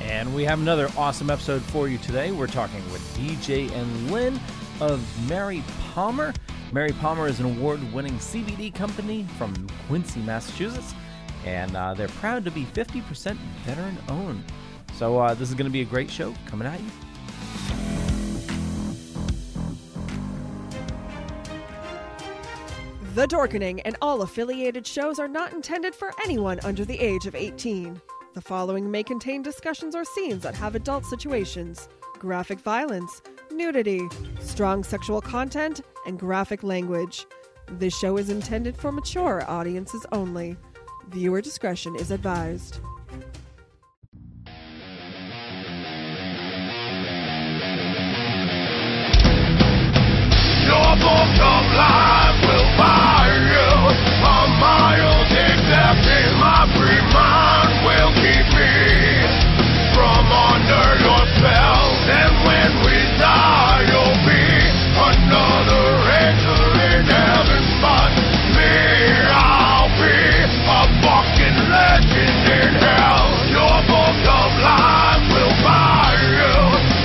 And we have another awesome episode for you today. We're talking with DJ and Lynn of Mary Palmer. Mary Palmer is an award winning CBD company from Quincy, Massachusetts, and uh, they're proud to be 50% veteran owned. So, uh, this is going to be a great show coming at you. The Dorkening and all affiliated shows are not intended for anyone under the age of 18. The following may contain discussions or scenes that have adult situations, graphic violence, nudity, strong sexual content, and graphic language. This show is intended for mature audiences only. Viewer discretion is advised. Your book of life will buy you a mild dignity. My free mind will keep me from under your spell. And when we die, you'll be another angel in heaven. But me, I'll be a fucking legend in hell. Your book of life will buy you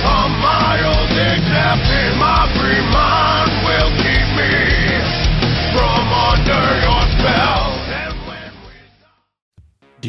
a mild dignity. My free mind will keep me from under your spell. And when we Do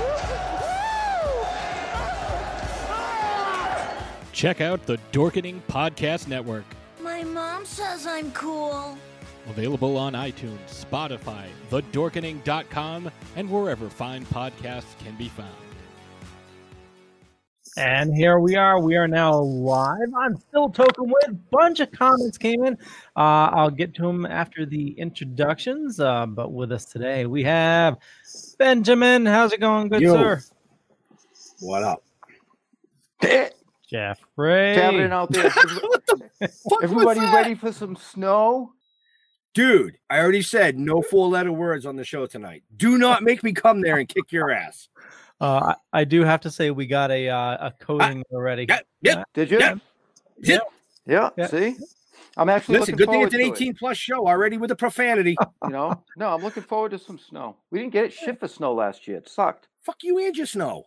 Check out the Dorkening Podcast Network, My mom says I'm cool. available on iTunes, Spotify, thedorkening.com, and wherever fine podcasts can be found. And here we are. We are now live. I'm still token with. Bunch of comments came in. Uh, I'll get to them after the introductions. Uh, but with us today, we have Benjamin. How's it going, good Yo. sir? What up? Jeffrey. Happening out there. uh, Everybody ready for some snow? Dude, I already said no four letter words on the show tonight. Do not make me come there and kick your ass. Uh, I I do have to say we got a uh, a coding already. Yeah, yeah, Did you? Yeah. yeah. Yeah. Yeah. See, I'm actually Listen, looking good thing forward it's an to it, 18 plus show already with the profanity. You know, no, I'm looking forward to some snow. We didn't get shit for snow last year. It sucked. Fuck you and your snow.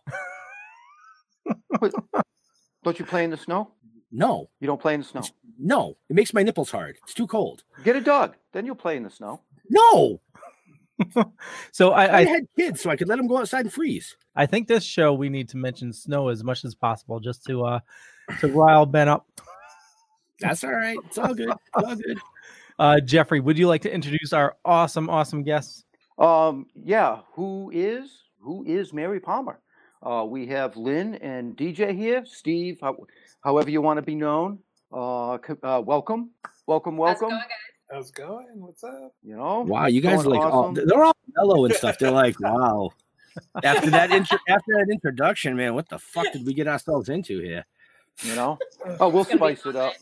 Don't you play in the snow? No, You don't play in the snow. no. It makes my nipples hard. It's too cold. Get a dog, then you'll play in the snow. No. So I, I, I had kids so I could let them go outside and freeze. I think this show we need to mention snow as much as possible just to uh to rile Ben up. That's all right. It's all good. It's all good. Uh, Jeffrey, would you like to introduce our awesome awesome guests? Um, yeah, who is who is Mary Palmer? Uh, we have Lynn and DJ here. Steve, how, however you want to be known. Uh, c- uh, welcome, welcome, welcome. How's it going? What's up? You know, Wow, you guys are going like all, awesome. they're all mellow and stuff. They're like, wow. After that intro, after that introduction, man, what the fuck did we get ourselves into here? you know. Oh, we'll spice it up.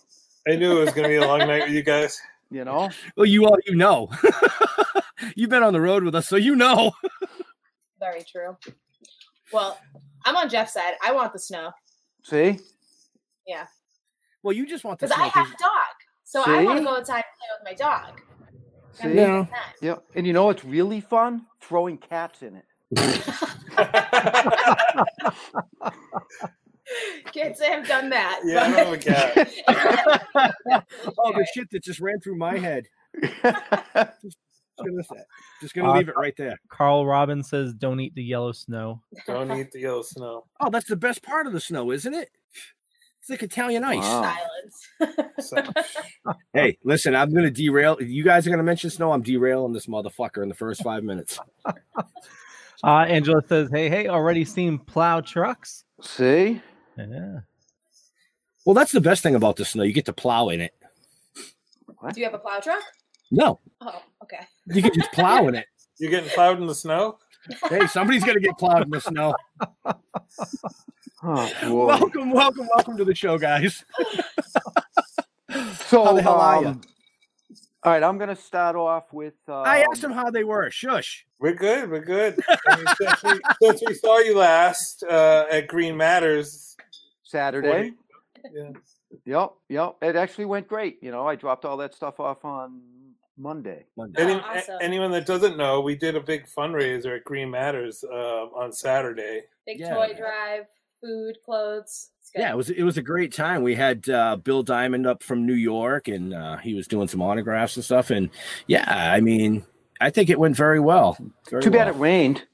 I knew it was going to be a long night with you guys. You know, Well, you all you know. You've been on the road with us, so you know. Very true. Well, I'm on Jeff's side. I want the snow see, Well, you just want to because I smoke. have a dog, so I want See? to go outside and play with my dog. see, Yeah. yeah. And you know what's really fun? Throwing cats in it. Can't say I've done that. Yeah, but- Oh, the shit that just ran through my head. just gonna, just gonna Uh, leave it right there. Carl Robbins says, "Don't eat the yellow snow." Don't eat the yellow snow. Oh, that's the best part of the snow, isn't it? It's like Italian ice. Hey, listen, I'm gonna derail. if You guys are gonna mention snow. I'm derailing this motherfucker in the first five minutes. Uh, Angela says, "Hey, hey, already seen plow trucks." See? Yeah. Well, that's the best thing about the snow. You get to plow in it. Do you have a plow truck? No, Oh, okay. you can just plow in it. You're getting plowed in the snow? Hey, somebody's gonna get plowed in the snow. Oh, welcome, welcome, welcome to the show, guys. So, How the hell are ya? um, all right, I'm going to start off with. Uh, I asked them how they were. Shush. We're good. We're good. I mean, since, we, since we saw you last uh, at Green Matters Saturday. Yeah. Yep, yep. It actually went great. You know, I dropped all that stuff off on Monday. Any, a- Anyone that doesn't know, we did a big fundraiser at Green Matters uh, on Saturday. Big Yeah. toy drive, food, clothes. It's good. Yeah, it was it was a great time. We had uh, Bill Diamond up from New York, and uh, he was doing some autographs and stuff. And yeah, I mean, I think it went very well. Too bad it rained,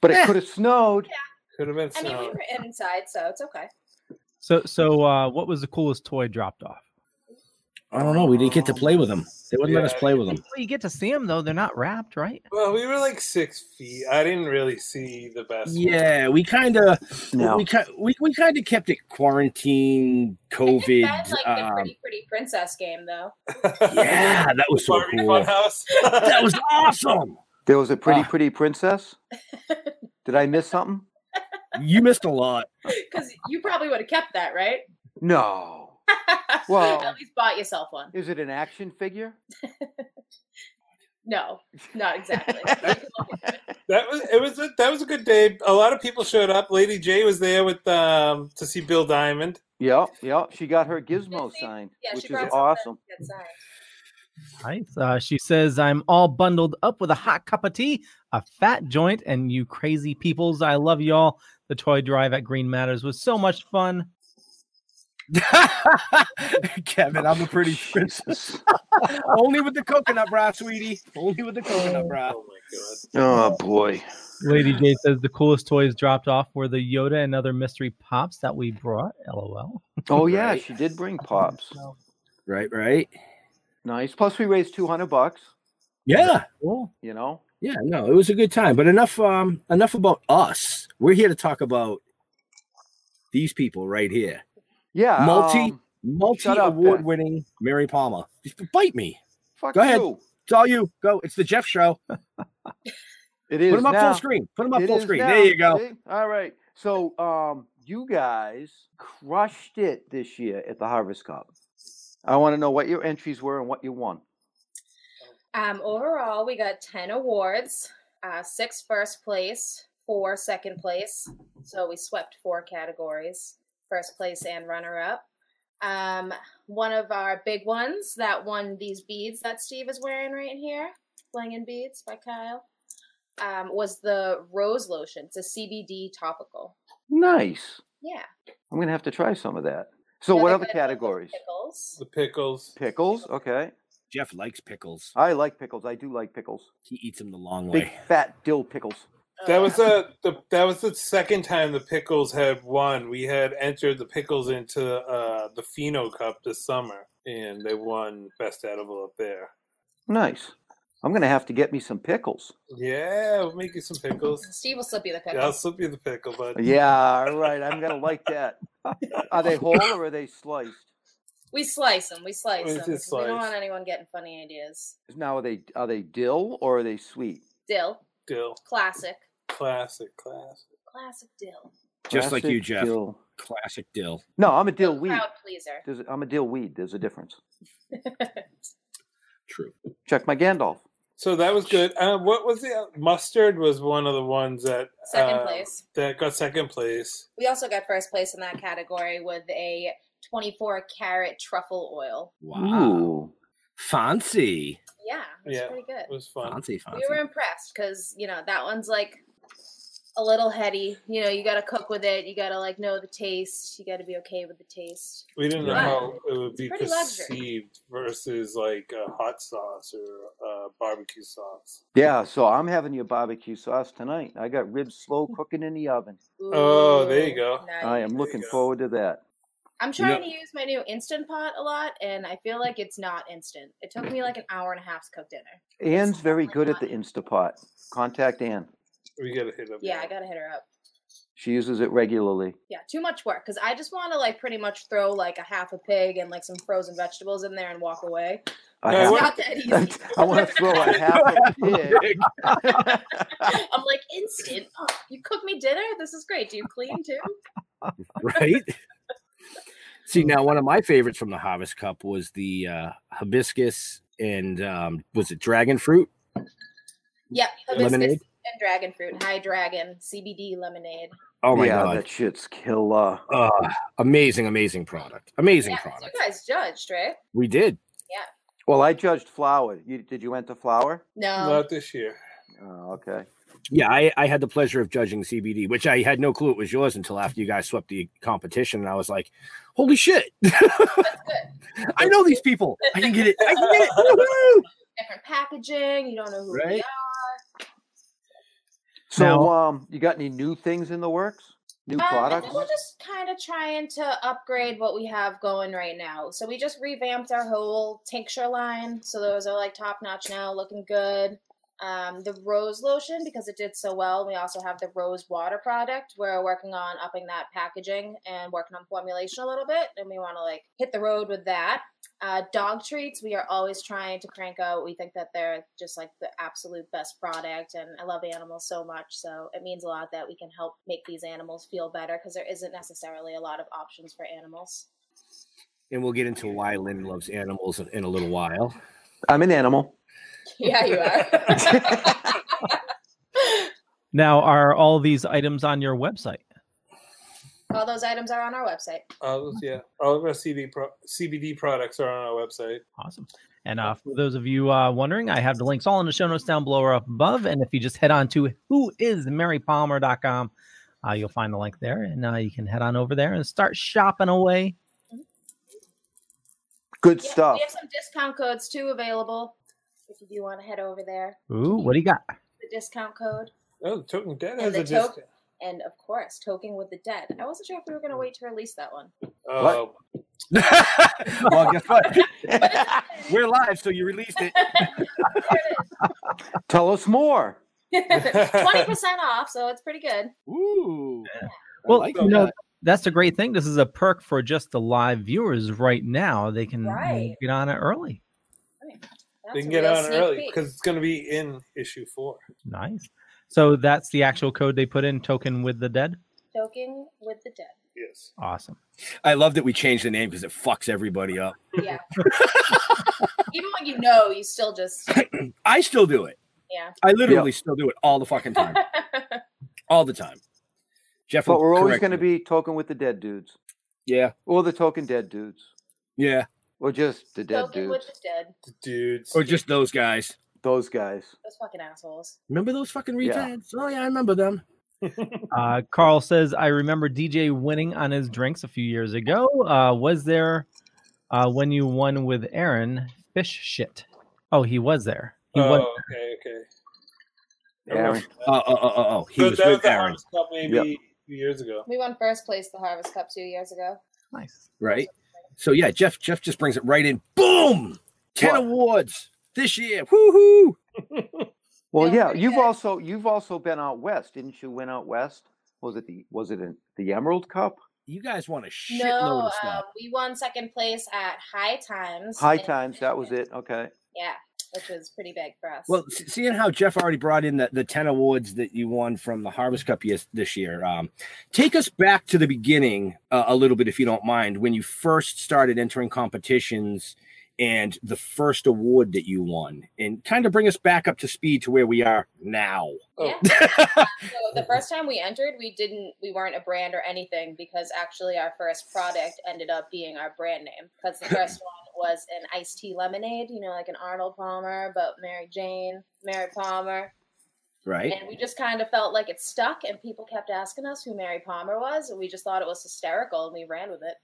but it could have snowed. Could have been I mean, we were inside, so it's okay. So, so uh, what was the coolest toy dropped off? I don't know. We didn't get to play with them. They wouldn't let us Yeah. play with them. Well, you get to see them though; they're not wrapped, right? Well, we were like six feet. I didn't really see the best. one. Yeah, we kind of No. we ki- we we kind of kept it quarantine COVID. That's like the um, pretty pretty princess game though. yeah, that was so Barbie cool. Funhouse. That was awesome. There was a pretty, Ah. pretty princess. Did I miss something? You missed a lot. Because you probably would have kept that, right? No. Well, At least bought yourself one. is it an action figure? No, not exactly. That was it was a, that was a good day. A lot of people showed up. Lady J was there with um to see Bill Diamond. Yep, yep. She got her gizmo signed, Yeah, which she is brought awesome. Nice. Uh, she says, "I'm all bundled up with a hot cup of tea, a fat joint, and you crazy peoples. I love y'all. The toy drive at Green Matters was so much fun." Kevin, I'm a pretty princess. Only with the coconut bra, sweetie. Only with the coconut bra. Oh my god. Oh boy. Lady J says the coolest toys dropped off were the Yoda and other mystery pops that we brought. LOL. Oh yeah, she did bring pops. Right, right. Nice. Plus, we raised two hundred bucks. Yeah. You know. Yeah, no, it was a good time. But enough um enough about us. We're here to talk about these people right here. Yeah. Multi um, multi shut up, Ben. award winning Mary Palmer. Just bite me. Fuck Go ahead. you. It's all you. Go. It's the Jeff show. It is Put him up now. full screen. Put him up It full is screen. now, There you go. see? All right. So, um, you guys crushed it this year at the Harvest Cup. I want to know what your entries were and what you won. Um, overall, we got 10 awards, uh, six first place, four second place. So we swept four categories first place and runner up. Um, one of our big ones that won these beads that Steve is wearing right here, Slang and Beads by Kyle, um, was the Rose Lotion. It's a CBD topical. Nice. Yeah. I'm gonna have to try some of that. So, Yeah, what they other got categories? Pickles. The pickles. Pickles. Okay. Jeff likes pickles. I like pickles. I do like pickles. He eats them the long Big way. fat dill pickles. That was a the, that was the second time the Pickles had won. We had entered the Pickles into uh, the Fino Cup this summer, and they won best edible up there. Nice. I'm gonna have to get me some pickles. Yeah, we'll make you some pickles. Steve will slip you the Yeah, I'll pickles. slip you the pickle, bud. Yeah, all right. I'm gonna like that. Are they whole or are they sliced? We slice them. We slice We them. just because We don't slice. want anyone getting funny ideas. Now are they are they dill or are they sweet? Dill, Dill, classic, classic, classic. classic dill. Just like you, Classic Jeff. dill. Classic dill. No, I'm a dill weed. Crowd pleaser. There's, I'm a dill weed. There's a difference. True. Check my Gandalf. So that was good. Uh, what was the mustard? Was one of the ones that Second uh, place. that got second place. We also got first place in that category with a 24 carat truffle oil. Wow. Fancy. Yeah, it was Yeah, pretty good. was fun. Fancy, fancy. We were impressed because you know that one's like a little heady. You know, you got to cook with it. You got to like know the taste. You got to be okay with the taste. We didn't know But how it would be pretty luxury. perceived versus like a hot sauce or a barbecue sauce. Yeah, so I'm having your barbecue sauce tonight. I got ribs slow cooking in the oven. Oh, there you go. I am looking forward to that. I'm You know- trying to use my new instant pot a lot, and I feel like it's not instant. It took me like an hour and a half to cook dinner. Ann's very good at the Instapot. Contact Ann. We gotta hit up. Yeah, I gotta hit her up. She uses it regularly. Yeah, too much work because I just want to like pretty much throw like a half a pig and like some frozen vegetables in there and walk away. I it's have- not that easy. I want to throw a half a pig. I'm like instant. Oh, you cook me dinner? This is great. Do you clean too? right? See, now one of my favorites from the Harvest Cup was the uh, hibiscus and um, was it dragon fruit? Yep. Hibiscus Lemonade? and dragon fruit. High dragon CBD lemonade. Oh my Yeah, god, that shit's killer! Uh, amazing, amazing product. Amazing Yeah, product. you guys judged, right? We did. Yeah. Well, I judged flour. You, did you enter flour? No. Not this year. Oh, okay. Yeah, I, I had the pleasure of judging CBD, which I had no clue it was yours until after you guys swept the competition, and I was like, "Holy shit! I know these people. I can get it. I can get it." Different packaging. You don't know who they Right? are. So, um, you got any new things in the works? New Um, I products? think we're just kind of trying to upgrade what we have going right now. So we just revamped our whole tincture line. So those are like top notch now, looking good. Um, the rose lotion because it did so well. We also have the rose water product. We're working on upping that packaging and working on formulation a little bit, and we want to like hit the road with that. Uh, dog treats. We are always trying to crank out. We think that they're just like the absolute best product, and I love animals so much. So it means a lot that we can help make these animals feel better because there isn't necessarily a lot of options for animals. and we'll get into why Lynn loves animals in, in a little while. I'm an animal. Yeah, you are. Now, are all these items on your website? All those items are on our website. All of- yeah, all of our CBD pro- CBD products are on our website. Awesome. And uh, for those of you uh, wondering, I have the links all in the show notes down below or up above. And if you just head on to whoismarypalmer.com, uh, you'll find the link there. And uh, you can head on over there and start shopping away. Good We have some discount codes too available if you do want to head over there. Ooh, what do you got? The discount code. Oh, Token Dead And has the a token. discount. And of course, Token with the Dead. I wasn't sure if we were going to wait to release that one. Oh, well, guess what? We're live, so you released it. Tell us more. 20% off, so it's pretty good. Ooh. Well, you know, that's a great thing. This is a perk for just the live viewers right now. They can uh, Right. get on it early. they That's can a get real on sneak early peek. because it's going to be in issue four. Nice. So that's the actual code they put in token with the dead. Token with the Dead. Yes. Awesome. I love that we changed the name because it fucks everybody up. Yeah. Even when you know, you still just, I still do it. yeah. I literally still do it all the fucking time. all the time. Jeff, But will we're always correct going to me. be token with the dead dudes. Yeah. Or the token dead dudes. Yeah. Or just the dead Token with dudes. the Dead. Dudes. Or just those guys. Those guys. Those fucking assholes. Remember those fucking Yeah. retards? Oh yeah, I remember them. Uh, Carl says, I remember DJ winning on his drinks a few years ago. Uh, was there uh, when you won with Aaron fish shit? Oh, he was there. He oh, was. okay, okay. Aaron. Oh, oh, oh, oh, oh. He So was that was with the Aaron, Harvest Cup maybe Yep. two years ago. We won first place the Harvest Cup two years ago. right? So yeah, Jeff. Jeff just brings it right in. Boom. Ten awards this year. Woohoo! Well, yeah, you've also you've also been out west, didn't you? Win out west. Was it the was it in the Emerald Cup? You guys want a shitload No, of um, stuff. we won second place at High Times. High in- times. That was it. Okay. Yeah, which was pretty big for us. Well, s- seeing how Jeff already brought in the, the 10 awards that you won from the Harvest Cup yes, this year, um, take us back to the beginning uh, a little bit, if you don't mind, when you first started entering competitions and the first award that you won, and kind of bring us back up to speed to where we are now. So the first time we entered, we didn't, we weren't a brand or anything because actually our first product ended up being our brand name because the first one was an iced tea lemonade, you know, like an Arnold Palmer, but Mary Jane, Mary Palmer. right? And we just kind of felt like it stuck, and people kept asking us who Mary Palmer was, and we just thought it was hysterical, and we ran with it.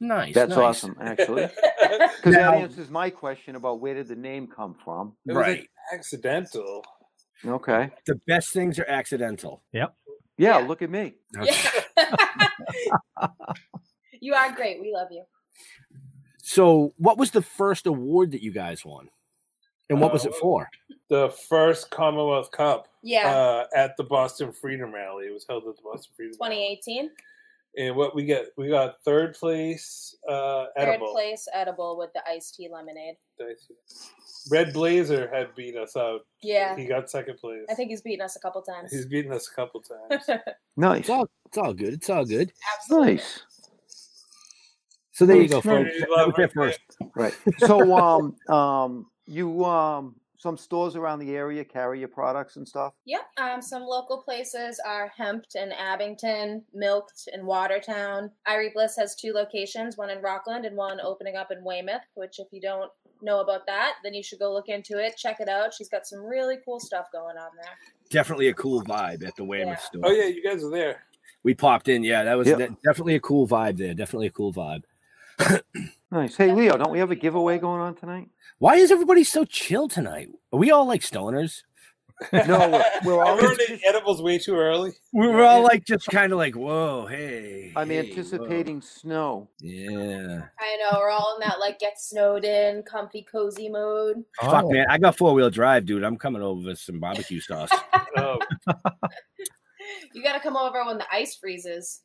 Nice. That's nice. awesome, actually. Because that answers my question about where did the name come from. It was like accidental. Okay. The best things are accidental. Yep. Yeah, look at me. You are great. We love you. So, what was the first award that you guys won? And what was Uh, it for? The first Commonwealth Cup. Yeah. Uh, at the Boston Freedom Rally. It was held at the Boston Freedom Rally. 2018, And what we get, we got third place uh, third edible. place edible with the iced tea lemonade. Red Blazer had beat us out. Yeah. He got second place. I think he's beaten us a couple times. He's beaten us a couple times. Nice. It's all, it's all good. It's all good. Absolutely. Nice. So there you Nice. go, folks. Nice. That was their first. Right. So, um, um, you, um, some stores around the area carry your products and stuff. Yep. Um, some local places are Hemped in Abington, Milked in Watertown. Irie Bliss has two locations, one in Rockland and one opening up in Weymouth, which if you don't know about that, then you should go look into it, check it out. She's got some really cool stuff going on there. Definitely a cool vibe at the Weymouth store. Oh yeah, you guys are there. We popped in. Yeah, that was Yeah. that- definitely a cool vibe there. Definitely a cool vibe. Nice. Hey, Leo, don't we have a giveaway going on tonight? Why is everybody so chill tonight? Are we all like stoners? No, we're, we're all. Everyone ate edibles way too early. We were all like just kind of like, whoa, hey. I'm hey, anticipating snow. Yeah. I know, we're all in that like get snowed in, comfy, cozy mode. Fuck man, I got four wheel drive, dude. I'm coming over with some barbecue sauce. Oh. You got to come over when the ice freezes.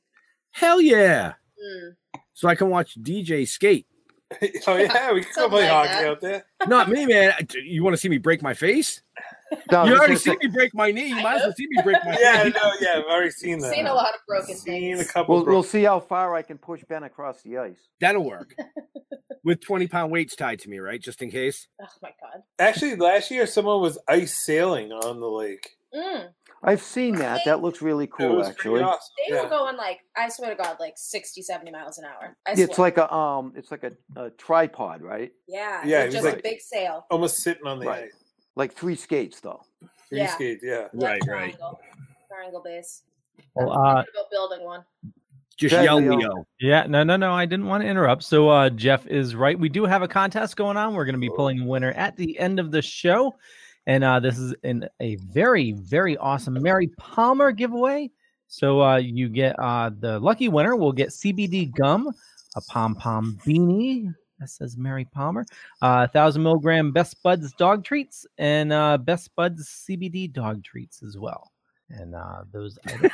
Hell yeah! Mm. So I can watch DJ skate. oh yeah, we could go Something play like hockey that. out there. Not me, man. I- You want to see me break my face? No, you this already is see me break my knee. You might as well see me break my. Yeah, no, yeah, I've already seen that. Seen a lot of broken Seen a things. couple. We'll, bro- we'll see how far I can push Ben across the ice. That'll work. With twenty pound weights tied to me, right? Just in case. Oh my god. Actually, last year someone was ice sailing on the lake. Mm. I've seen that. That looks really it cool, was pretty actually. awesome. They Yeah. were going like, I swear to God, like 60, 70 miles an hour. I It's swear. like a um, it's like a, a tripod, right? yeah, Yeah, yeah it was just a like- big sail. Almost sitting on the Right. ice. Like three skates, though. Three Yeah. skate, yeah. Yeah, Right, right. triangle, triangle base. Well, I'm uh, thinking about building one. Just Exactly. yell, Leo. Yeah, no, no, no. I didn't want to interrupt. So uh, Jeff is right. We do have a contest going on. We're going to be pulling a winner at the end of the show, and uh, this is in a very, very awesome Mary Palmer giveaway. So uh, you get uh, the lucky winner will get CBD gum, a pom pom beanie that says Mary Palmer, uh, thousand milligram Best Buds dog treats, and uh, Best Buds CBD dog treats as well. And uh, those items.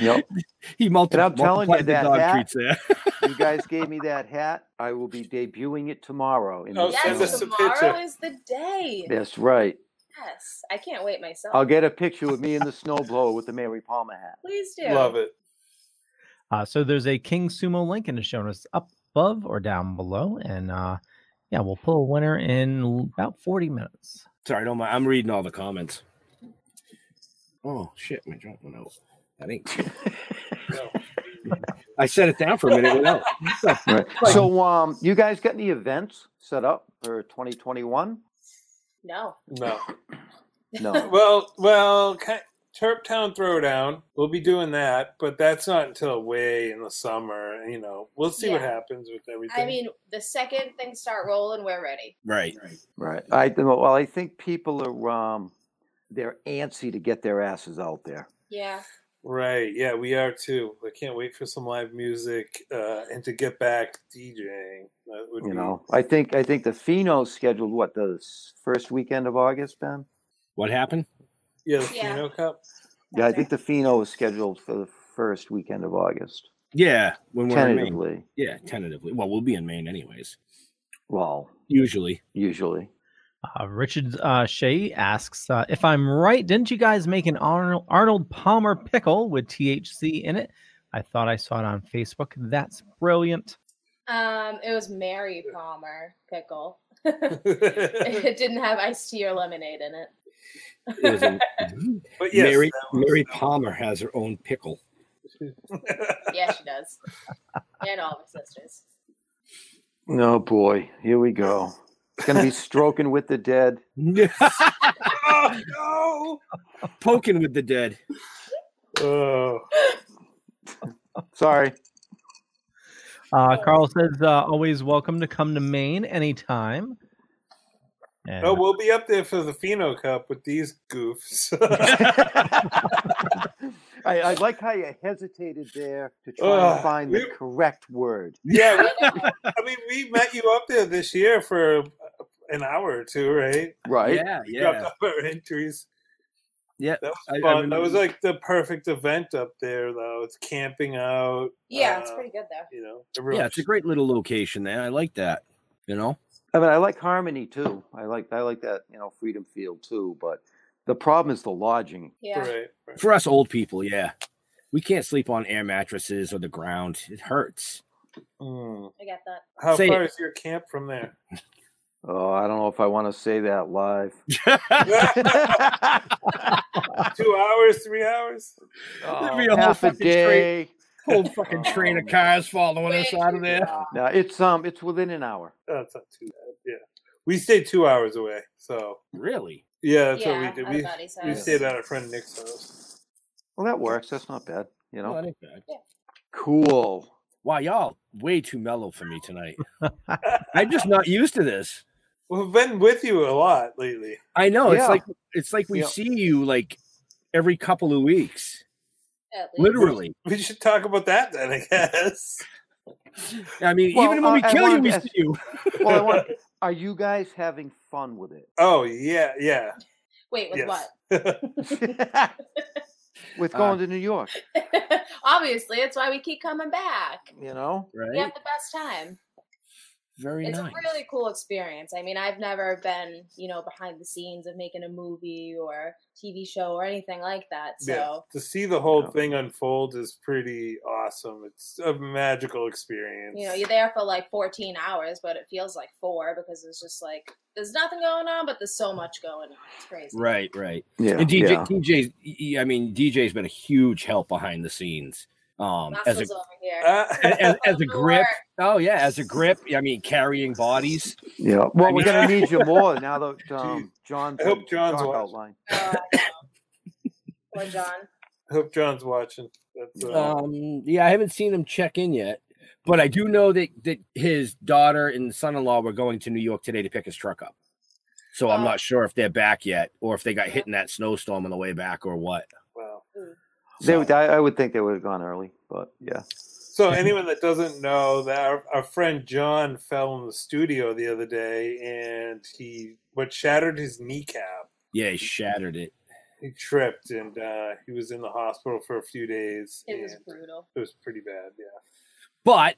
Yep. He multi- And I'm telling you multiplied the that dog that- treats there. you guys gave me that hat. I will be debuting it tomorrow. In Oh, the send Yes, us show. a tomorrow picture. is the day. That's right. Yes, I can't wait myself. I'll get a picture with me in the snowblower with the Mary Palmer hat. Please do. Love it. Uh, so there's a King Sumo link in the show notes up above or down below. And uh, yeah, we'll pull a winner in l- about 40 minutes. Sorry, don't mind. I'm reading all the comments. Oh shit, my drop went out. That ain't. I set it down for a minute. it went out. What the- Right. So, uh, um, you guys got any events set up for 2021? No. No. No. Well, well, ki- Turp Town Throwdown. We'll be doing that, but that's not until way in the summer. You know, we'll see what Yeah. happens with everything. I mean, the second things start rolling, we're ready. Right. right. I well, I think people are um, they're antsy to get their asses out there. Yeah. right? Yeah, we are too. I can't wait for some live music uh, and to get back DJing. That would You be- know, I think I think the Pheno's scheduled what the s- first weekend of August, Ben. What happened? yeah, the Yeah. Fino Cup. Yeah, I think the Pheno is scheduled for the first weekend of August, Yeah, when we're in Maine. tentatively. Yeah, tentatively. Well, we'll be in Maine anyways. Well, Usually. usually. Uh, Richard uh, Shea asks uh, If I'm right, didn't you guys make an Arnold, Arnold Palmer pickle with THC in it? I thought I saw it on Facebook. That's brilliant. Um, it was Mary Palmer pickle. it didn't have iced tea or lemonade in it. It was a, But yes, Mary, that was- Mary Palmer has her own pickle. Yeah, she does. and all of her sisters. Oh boy, here we go. gonna be stroking with the dead. no. Poking with the dead. Oh. Sorry. Uh, Carl says, uh, always welcome to come to Maine anytime. And- Oh, we'll be up there for the Fino Cup with these goofs. I, I like how you hesitated there to try Ugh, and find the correct word. yeah, we- I mean, we met you up there this year for an hour or two, right? Right. Yeah, We yeah. Dropped off our entries. Yeah, that was I- I fun. that was remember. like the perfect event up there, though. It's camping out. Yeah, it's uh, pretty good there. You know, Yeah, everyone- it's a great little location there. I like that. You know, I mean, I like harmony too. I like I like that you know freedom field too. But the problem is the lodging. Yeah. for us old people, yeah, we can't sleep on air mattresses or the ground. It hurts. Mm. I got that. How Say far it. is your camp from there? Oh, I don't know if I want to say that live. Two hours, three hours? There'd be a whole half a fucking train- day. Whole fucking train of cars following us out of there. No, it's um, it's within an hour. That's not too bad. Yeah. We stayed two hours away. So really, yeah, that's Yeah, what we at did. Buddy's We, we house. stayed at our friend Nick's house. Well, that works. That's not bad. You know. Oh, that ain't bad. Cool. Wow, y'all way too mellow for me tonight. I'm just not used to this. We've been with you a lot lately. I know Yeah. it's like it's like we Yeah. see you like every couple of weeks. At least. Literally. We should talk about that then, I guess. I mean, Well, uh, even when we I- I kill you, wanted we to ask- see you. Well, I want, are you guys having fun with it? Oh yeah, yeah. Wait, with Yes. what? With Uh, going to New York, Obviously, that's why we keep coming back. you know. We have the best time. Very it's a really cool experience. I mean, I've never been, you know, behind the scenes of making a movie or TV show or anything like that. So yeah. To see the whole thing unfold is pretty awesome. It's a magical experience. you know, you're there for like 14 hours, but it feels like four because it's just like there's nothing going on, but there's Mm. so much going on. It's crazy. Right, right. Yeah, And DJ, yeah. DJ's, y- y- I mean, DJ's been a huge help behind the scenes. Um, as a, Muscles over here. Ah. a- as, as a grip. Oh yeah, as a grip. I mean, carrying bodies. Yeah. Well, we're gonna mean- need you more now that um, John's. I hope a John's dark watching. outline. Oh, Poor John. I hope John's watching. That's uh, Um, yeah, I haven't seen him check in yet, but I do know that that his daughter and son-in-law were going to New York today to pick his truck up. So Oh. I'm not sure if they're back yet, or if they got hit in that snowstorm on the way back, or what. wow. They would, I, I would think they would have gone early, but yeah. So anyone that doesn't know that our, our friend John fell in the studio the other day and he what shattered his kneecap. Yeah, he shattered it. He tripped and uh, he was in the hospital for a few days. It was and brutal. It was pretty bad. Yeah. But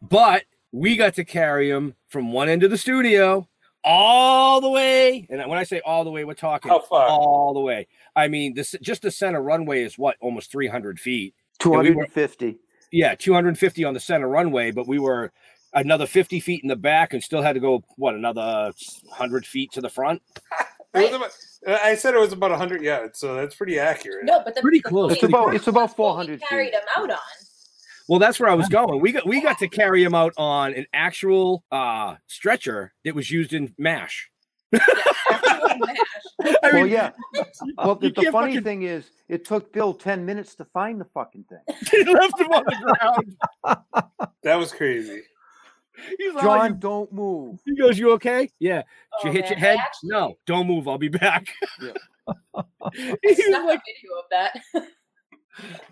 but we got to carry him from one end of the studio all the way. And when I say all the way, we're talking How far? all the way. I mean, this just the center runway is what almost 300 feet. Two And we hundred were- and fifty. yeah, 250 on the center runway, but we were another 50 feet in the back and still had to go what another 100 feet to the front. It was about, I said it was about 100 yards, so that's pretty accurate. No, but the Pretty the close. thing It's about- is it's about that's what we 400 Carried feet. him out on. Well, that's where I was going. We got we got to carry him out on an actual uh stretcher that was used in MASH. I well, mean- yeah. Well, the, You the can't funny fucking- thing is, it took Bill ten minutes to find the fucking thing. He left him on the ground. That was crazy. He's like, John, don't move. He goes, "You okay? Yeah. Did Oh, you hit man, your I head? actually- no. Don't move. I'll be back." Yeah. He I was snuck like, a video of that.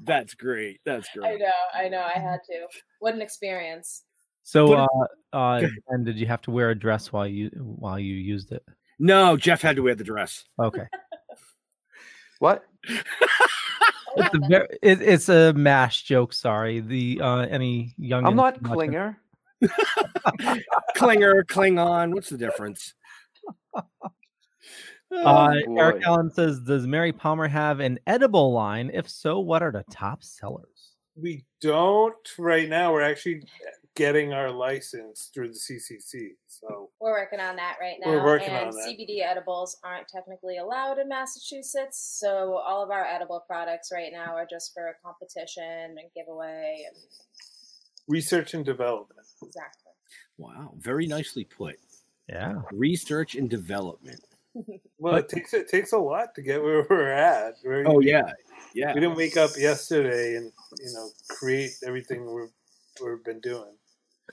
"That's great. That's I great." know, I know, I had to. What an experience. So, uh, But- uh, and did you have to wear a dress while you while you used it? No, Jeff had to wear the dress. Okay, What? it's a ver- it, it's a mash joke. Sorry, the uh, any young. I'm not Klinger. Clinger, Klingon. What's the difference? Oh, Uh, Oh, Eric boy. Allen says, "Does Mary Palmer have an edible line? If so, what are the top sellers?" We don't right now. We're actually getting our license through the CCC. So We're working on that right now. We're working and on that. CBD edibles aren't technically allowed in Massachusetts, so all of our edible products right now are just for competition and giveaway. And research and development. exactly. Wow, very nicely put. Yeah. Research and development. Well, it takes it takes a lot to get where we're at. We're- Oh, yeah. Yeah. We didn't wake up yesterday and you know create everything we've we've been doing.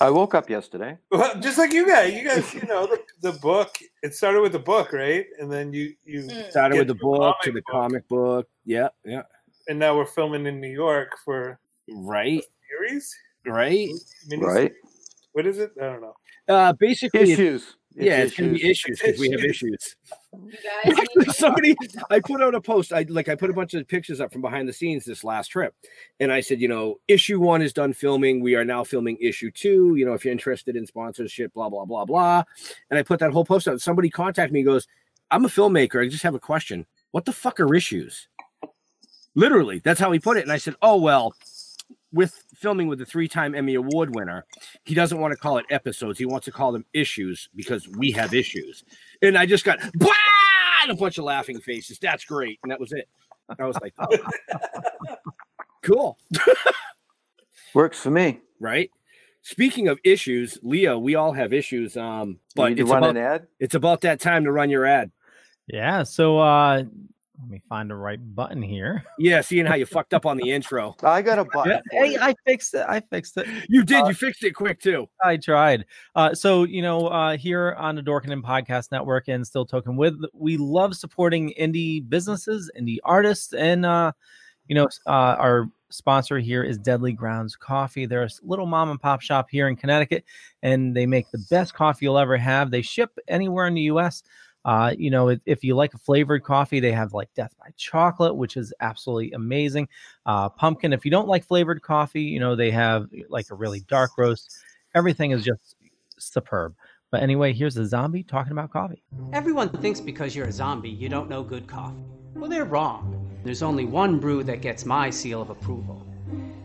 I woke up yesterday. Well, just like you guys, you guys, you know, the, the book. It started with the book, right? And then you you Started get with the book to comic the comic book. Yeah, yeah. and now we're filming in New York for Right, series, right, Mini- Right. What is it? I don't know. Uh, basically, it's- Issues. It's Yeah, it's gonna be issues. issues because we have issues. You guys Actually, somebody I put out a post. I like I put a bunch of pictures up from behind the scenes this last trip, and I said, you know, issue one is done filming. We are now filming issue two. You know, if you're interested in sponsorship, blah blah blah blah. And I put that whole post out. Somebody contacted me. and Goes, I'm a filmmaker. I just have a question. What the fuck are issues? Literally, that's how he put it. And I said, oh well, with filming with the three-time Emmy Award winner, he doesn't want to call it episodes. He wants to call them issues because we have issues. And I just got bah! and a bunch of laughing faces. That's great. And that was it. And I was like, oh, cool. Works for me. Right. Speaking of issues, Leo, we all have issues. Um, but need to it's run about, an ad? It's about that time to run your ad. Yeah. So uh, let me find the right button here. Yeah, seeing how you fucked up on the intro. I got a button. Hey, I fixed it. I fixed it. You did. Uh, you fixed it quick too. I tried. Uh, so you know, uh, here on the Dorkinen Podcast Network and Still Token with, we love supporting indie businesses, indie artists, and uh, you know, uh, our sponsor here is Deadly Grounds Coffee. They're a s- little mom and pop shop here in Connecticut, and they make the best coffee you'll ever have. They ship anywhere in the U.S. Uh, you know, if, if you like a flavored coffee, they have like Death by Chocolate, which is absolutely amazing. Uh, pumpkin. If you don't like flavored coffee, you know they have eh, like a really dark roast. Everything is just superb. But anyway, here's a zombie talking about coffee. Everyone thinks because you're a zombie, you don't know good coffee. Well, they're wrong. There's only one brew that gets my seal of approval.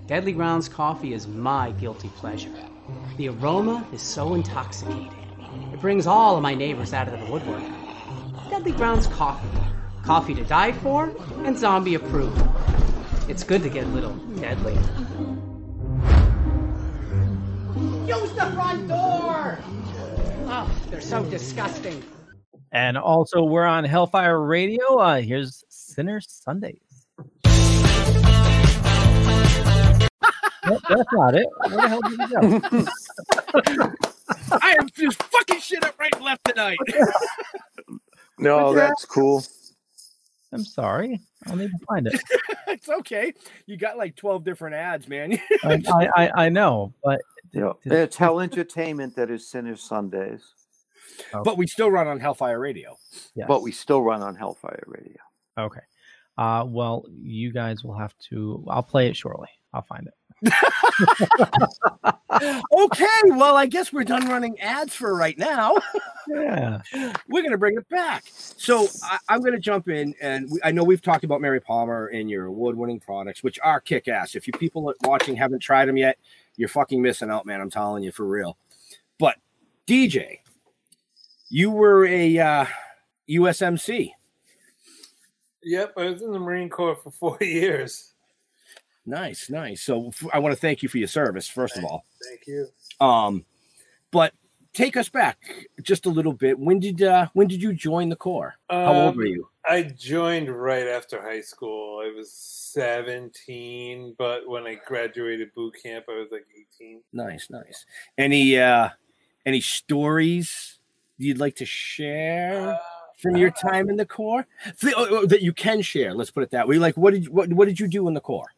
Deadly Grounds coffee is my guilty pleasure. The aroma is so intoxicating. It brings all of my neighbors out of the woodwork. Deadly Grounds coffee. Coffee to die for and zombie approved. It's good to get a little deadly. Use the front door! Oh, they're so disgusting. And also, we're on Hellfire Radio. Uh, here's Sinner Sundays. Nope, that's not it. Where the hell did it go? I am just fucking shit up right and left tonight. No, What's that? that's cool. I'm sorry. I'll need to find it. it's okay. You got like 12 different ads, man. I, I, I- I know, but Yeah. It's Hell Entertainment that is Sinner Sundays, Oh. But we still run on Hellfire Radio. but we still run on Hellfire Radio. Okay. Uh, well, you guys will have to. I'll play it shortly. I'll find it. okay, well, I guess we're done running ads for right now. Yeah. We're going to bring it back. So I, I'm going to jump in, and we, I know we've talked about Mary Palmer and your award winning products, which are kick ass. If you people watching haven't tried them yet, you're fucking missing out, man. I'm telling you for real. But DJ, you were a uh, USMC. Yep, I was in the Marine Corps for four years. Nice, nice. So f- I want to thank you for your service, first of all. Thank you. Um, but take us back just a little bit. When did uh, when did you join the Corps? How old Um, were you? I joined right after high school. I was 17, but when I graduated boot camp, I was like 18. Nice, nice. Any uh, any stories you'd like to Uh, share from your time in the Corps Th- oh, oh, that you can share? Let's put it that way. Like, what did you, what, what did you do in the Corps?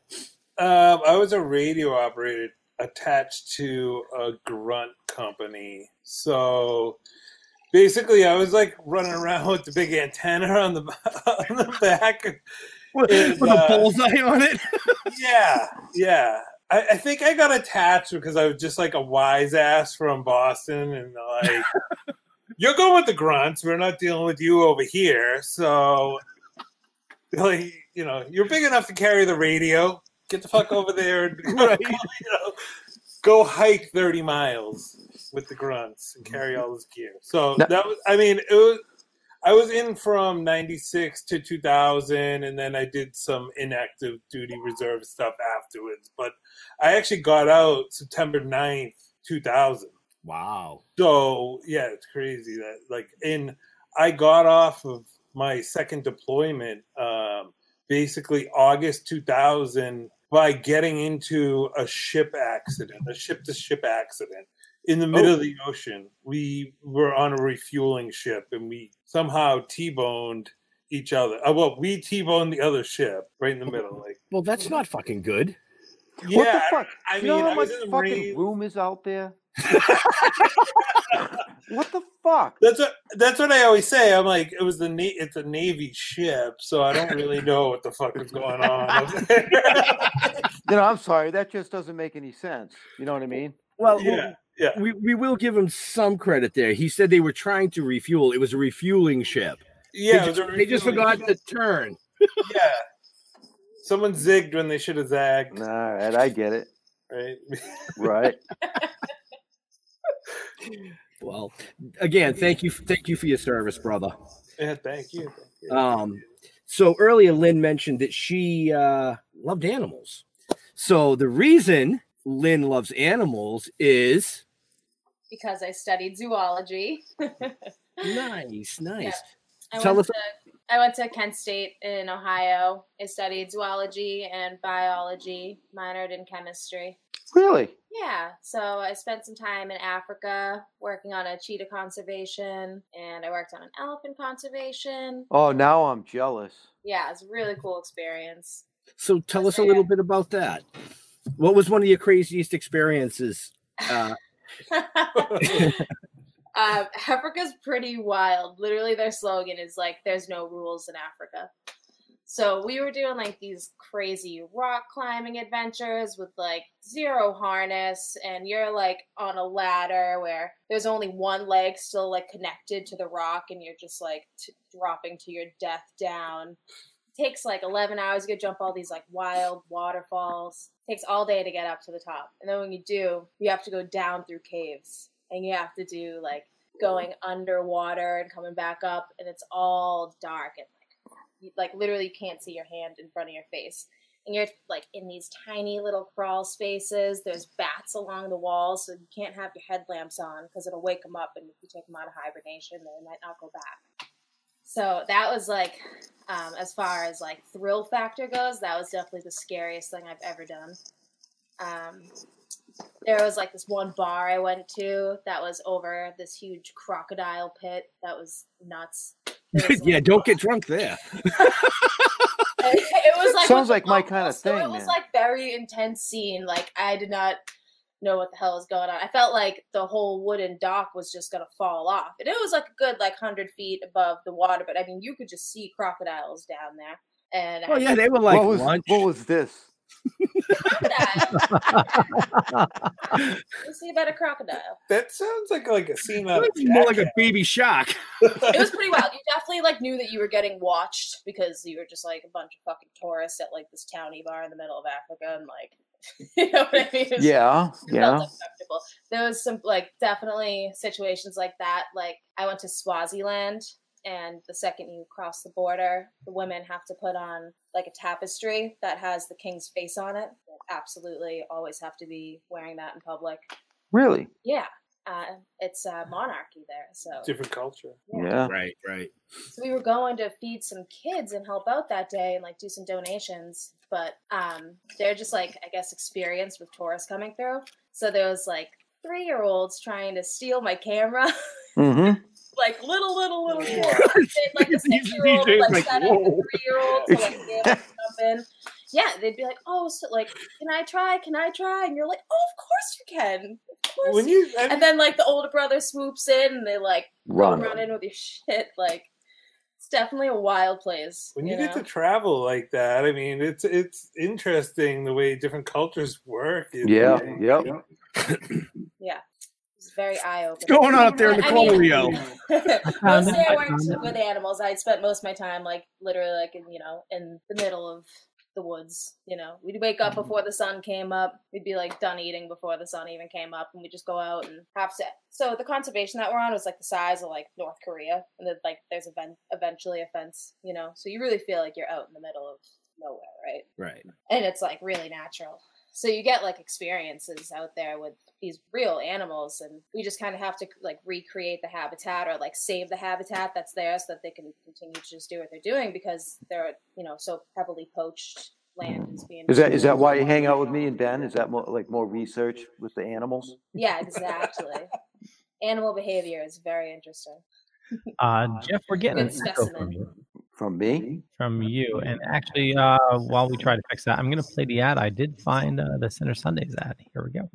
Um, I was a radio operator attached to a grunt company. So basically, I was like running around with the big antenna on the, on the back. With, And, with a uh, bullseye on it. yeah, yeah. I, I think I got attached because I was just like a wise ass from Boston, and like, you're going with the grunts. We're not dealing with you over here. So, like, you know, you're big enough to carry the radio. Get the fuck over there and you know, go hike thirty miles with the grunts and carry all this gear. So No. that was. I mean, it was. I was in from 96 to 2000, and then I did some inactive duty reserve stuff afterwards. But I actually got out September 9th, 2000. Wow. So yeah, it's crazy that like in I got off of my second deployment um, basically August 2000 by getting into a ship accident, a ship to ship accident in the middle of Oh. the ocean. We were on a refueling ship and we somehow T-boned each other. Uh, well, we T-boned the other ship right in the middle like Well, that's not fucking good. yeah, what the I- fuck? I Do you know mean, how I much was in the fucking Marines. room is out there? what the fuck? That's what that's what I always say. I'm like, it was the na- it's a navy ship, so I don't really know what the fuck was going on. You know, I'm sorry, that just doesn't make any sense. You know what I mean? Well, yeah, yeah. We, we will give him some credit there. He said they were trying to refuel. It was a refueling ship. Yeah, They it was just, a they just refueling forgot to turn. yeah, someone zigged when they should have zagged. All right, I get it. Right? Right. Well, again, thank you, thank you for your service, brother. yeah, thank you. thank you. Um, so earlier, Lynn mentioned that she uh, loved animals. So the reason Lynn loves animals is because I studied zoology. nice, nice. I Tell went us. to I went to Kent State in Ohio. I studied zoology and biology, minored in chemistry. Really? Yeah, so I spent some time in Africa working on a cheetah conservation, and I worked on an elephant conservation. Oh, now I'm jealous. Yeah, it's a really cool experience. So tell us a little bit about that. What was one of your craziest experiences? Uh, Um, Africa's pretty wild. Literally, their slogan is like, "There's no rules in Africa." So we were doing like these crazy rock climbing adventures with like zero harness, and you're like on a ladder where there's only one leg still like connected to the rock, and you're just like t- dropping to your death down. takes like 11 hours to go jump all these like wild waterfalls. takes all day to get up to the top, and then when you do, you have to go down through caves, and you have to do like going underwater and coming back up, and it's all dark and you, like literally you can't see your hand in front of your face and you're like in these tiny little crawl spaces there's bats along the walls so you can't have your headlamps on because it'll wake them up and if you take them out of hibernation they might not go back so that was like um, as far as like thrill factor goes that was definitely the scariest thing i've ever done um, there was like this one bar i went to that was over this huge crocodile pit that was nuts yeah, don't get drunk there. it was like Sounds like my kind of so thing, it was man. like very intense scene. Like I did not know what the hell was going on. I felt like the whole wooden dock was just gonna fall off, and it was like a good like hundred feet above the water. But I mean, you could just see crocodiles down there. And Oh yeah, they were like what was, lunch. What was this? you see about a crocodile. That sounds like like a scene out of It's more like a baby shark. It was pretty wild. You definitely like knew that you were getting watched because you were just like a bunch of fucking tourists at like this towny bar in the middle of Africa, and like you know what I mean? It's- Yeah, yeah. acceptable. There was some like definitely situations like that. Like I went to Swaziland, and the second you cross the border, the women have to put on like a tapestry that has the king's face on it. Absolutely, always have to be wearing that in public. Really? Yeah, uh, it's uh, monarchy there, so different culture. Yeah. Right, right. so we were going to feed some kids and help out that day and like do some donations, but um, they're just like I guess experienced with tourists coming through. So there was like three year olds trying to steal my camera, Mm-hmm. like little little little kids. They'd, like a six year old DJ's like, like, set up a "Whoa." three year old to like be able to jump in. Yeah, they'd be like, oh, so like can I try? Can I try? And you're like, oh, of course you can. Of course. When you- and then like the older brother swoops in and they like Run. run in with your shit like. It's definitely a wild place. when you, know? get to travel like that, I mean, it's it's interesting the way different cultures work. It- Yeah, you yep. know? yeah, it's very eye opening. going on out there in the corner, yo? mostly I worked with animals. I spent most of my time like literally like in you know in the middle of the woods. You know, we'd wake up before the sun came up. We'd be like done eating before the sun even came up, and we would just go out and have sex. So the conservation that we're on was like the size of like North Korea, and then like there's event- eventually a fence. You know, so you really feel like you're out in the middle of nowhere, right? Right. and it's like really natural. So you get like experiences out there with these real animals, and we just kind of have to like recreate the habitat or like save the habitat that's there so that they can continue to just do what they're doing because they're you know so heavily poached land is being. Mm. Is that is that why you hang out with me and Ben? Is that more like more research with the animals? Yeah, exactly. Animal behavior is very interesting. Uh, Jeff, we're getting an Good echo specimen. from you. From me? From you. And actually, uh, while we try to fix that, I'm going to play the ad. I did find uh, the Center Sundays ad. Here we go.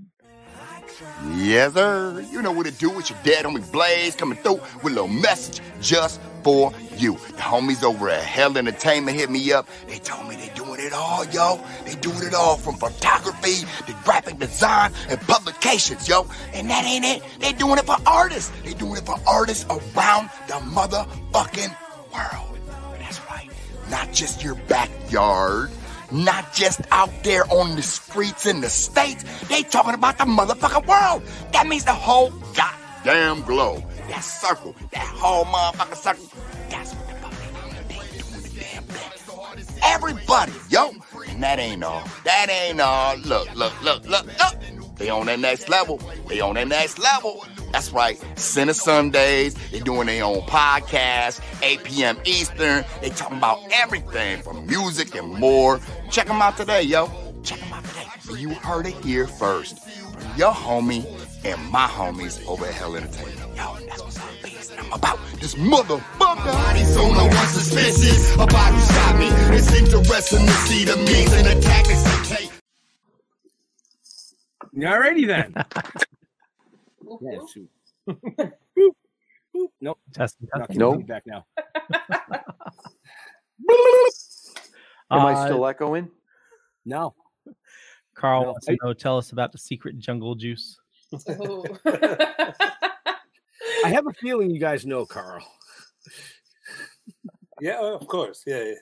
Yes, sir. You know what to do with your dead homie Blaze coming through with a little message just for you. The homies over at Hell Entertainment hit me up. They told me they doing it all, yo. They doing it all from photography to graphic design and publications, yo. And that ain't it. They doing it for artists. They doing it for artists around the motherfucking world. That's right. Not just your backyard. Not just out there on the streets in the states. They talking about the motherfucking world. That means the whole goddamn globe. That circle. That whole motherfucking circle. That's what the fuck they doing. They doing the damn thing. Everybody, yo. And that ain't all. That ain't all. Look, look, look, look, look. They on that next level. They on that next level. That's right. Center Sundays. They doing their own podcast. 8 p.m. Eastern. They talking about everything from music and more. Check them out today, yo. Check them out today. You heard it here first from your homie and my homies over at Hell Entertainment. Yo, that's what's up, bitch. I'm about this motherfucker. Bodies on the one suspicious about who shot me. It's interesting to see the means and the tactics they take. Alrighty then. Yeah, shoot. Boop. Boop. Nope. Testing, Not testing. gonna Nope. be Back now. Am I Uh, still echoing? No. Carl wants to know, tell us about the secret jungle juice. I have a feeling you guys know Carl. Yeah, of course. Yeah, yeah.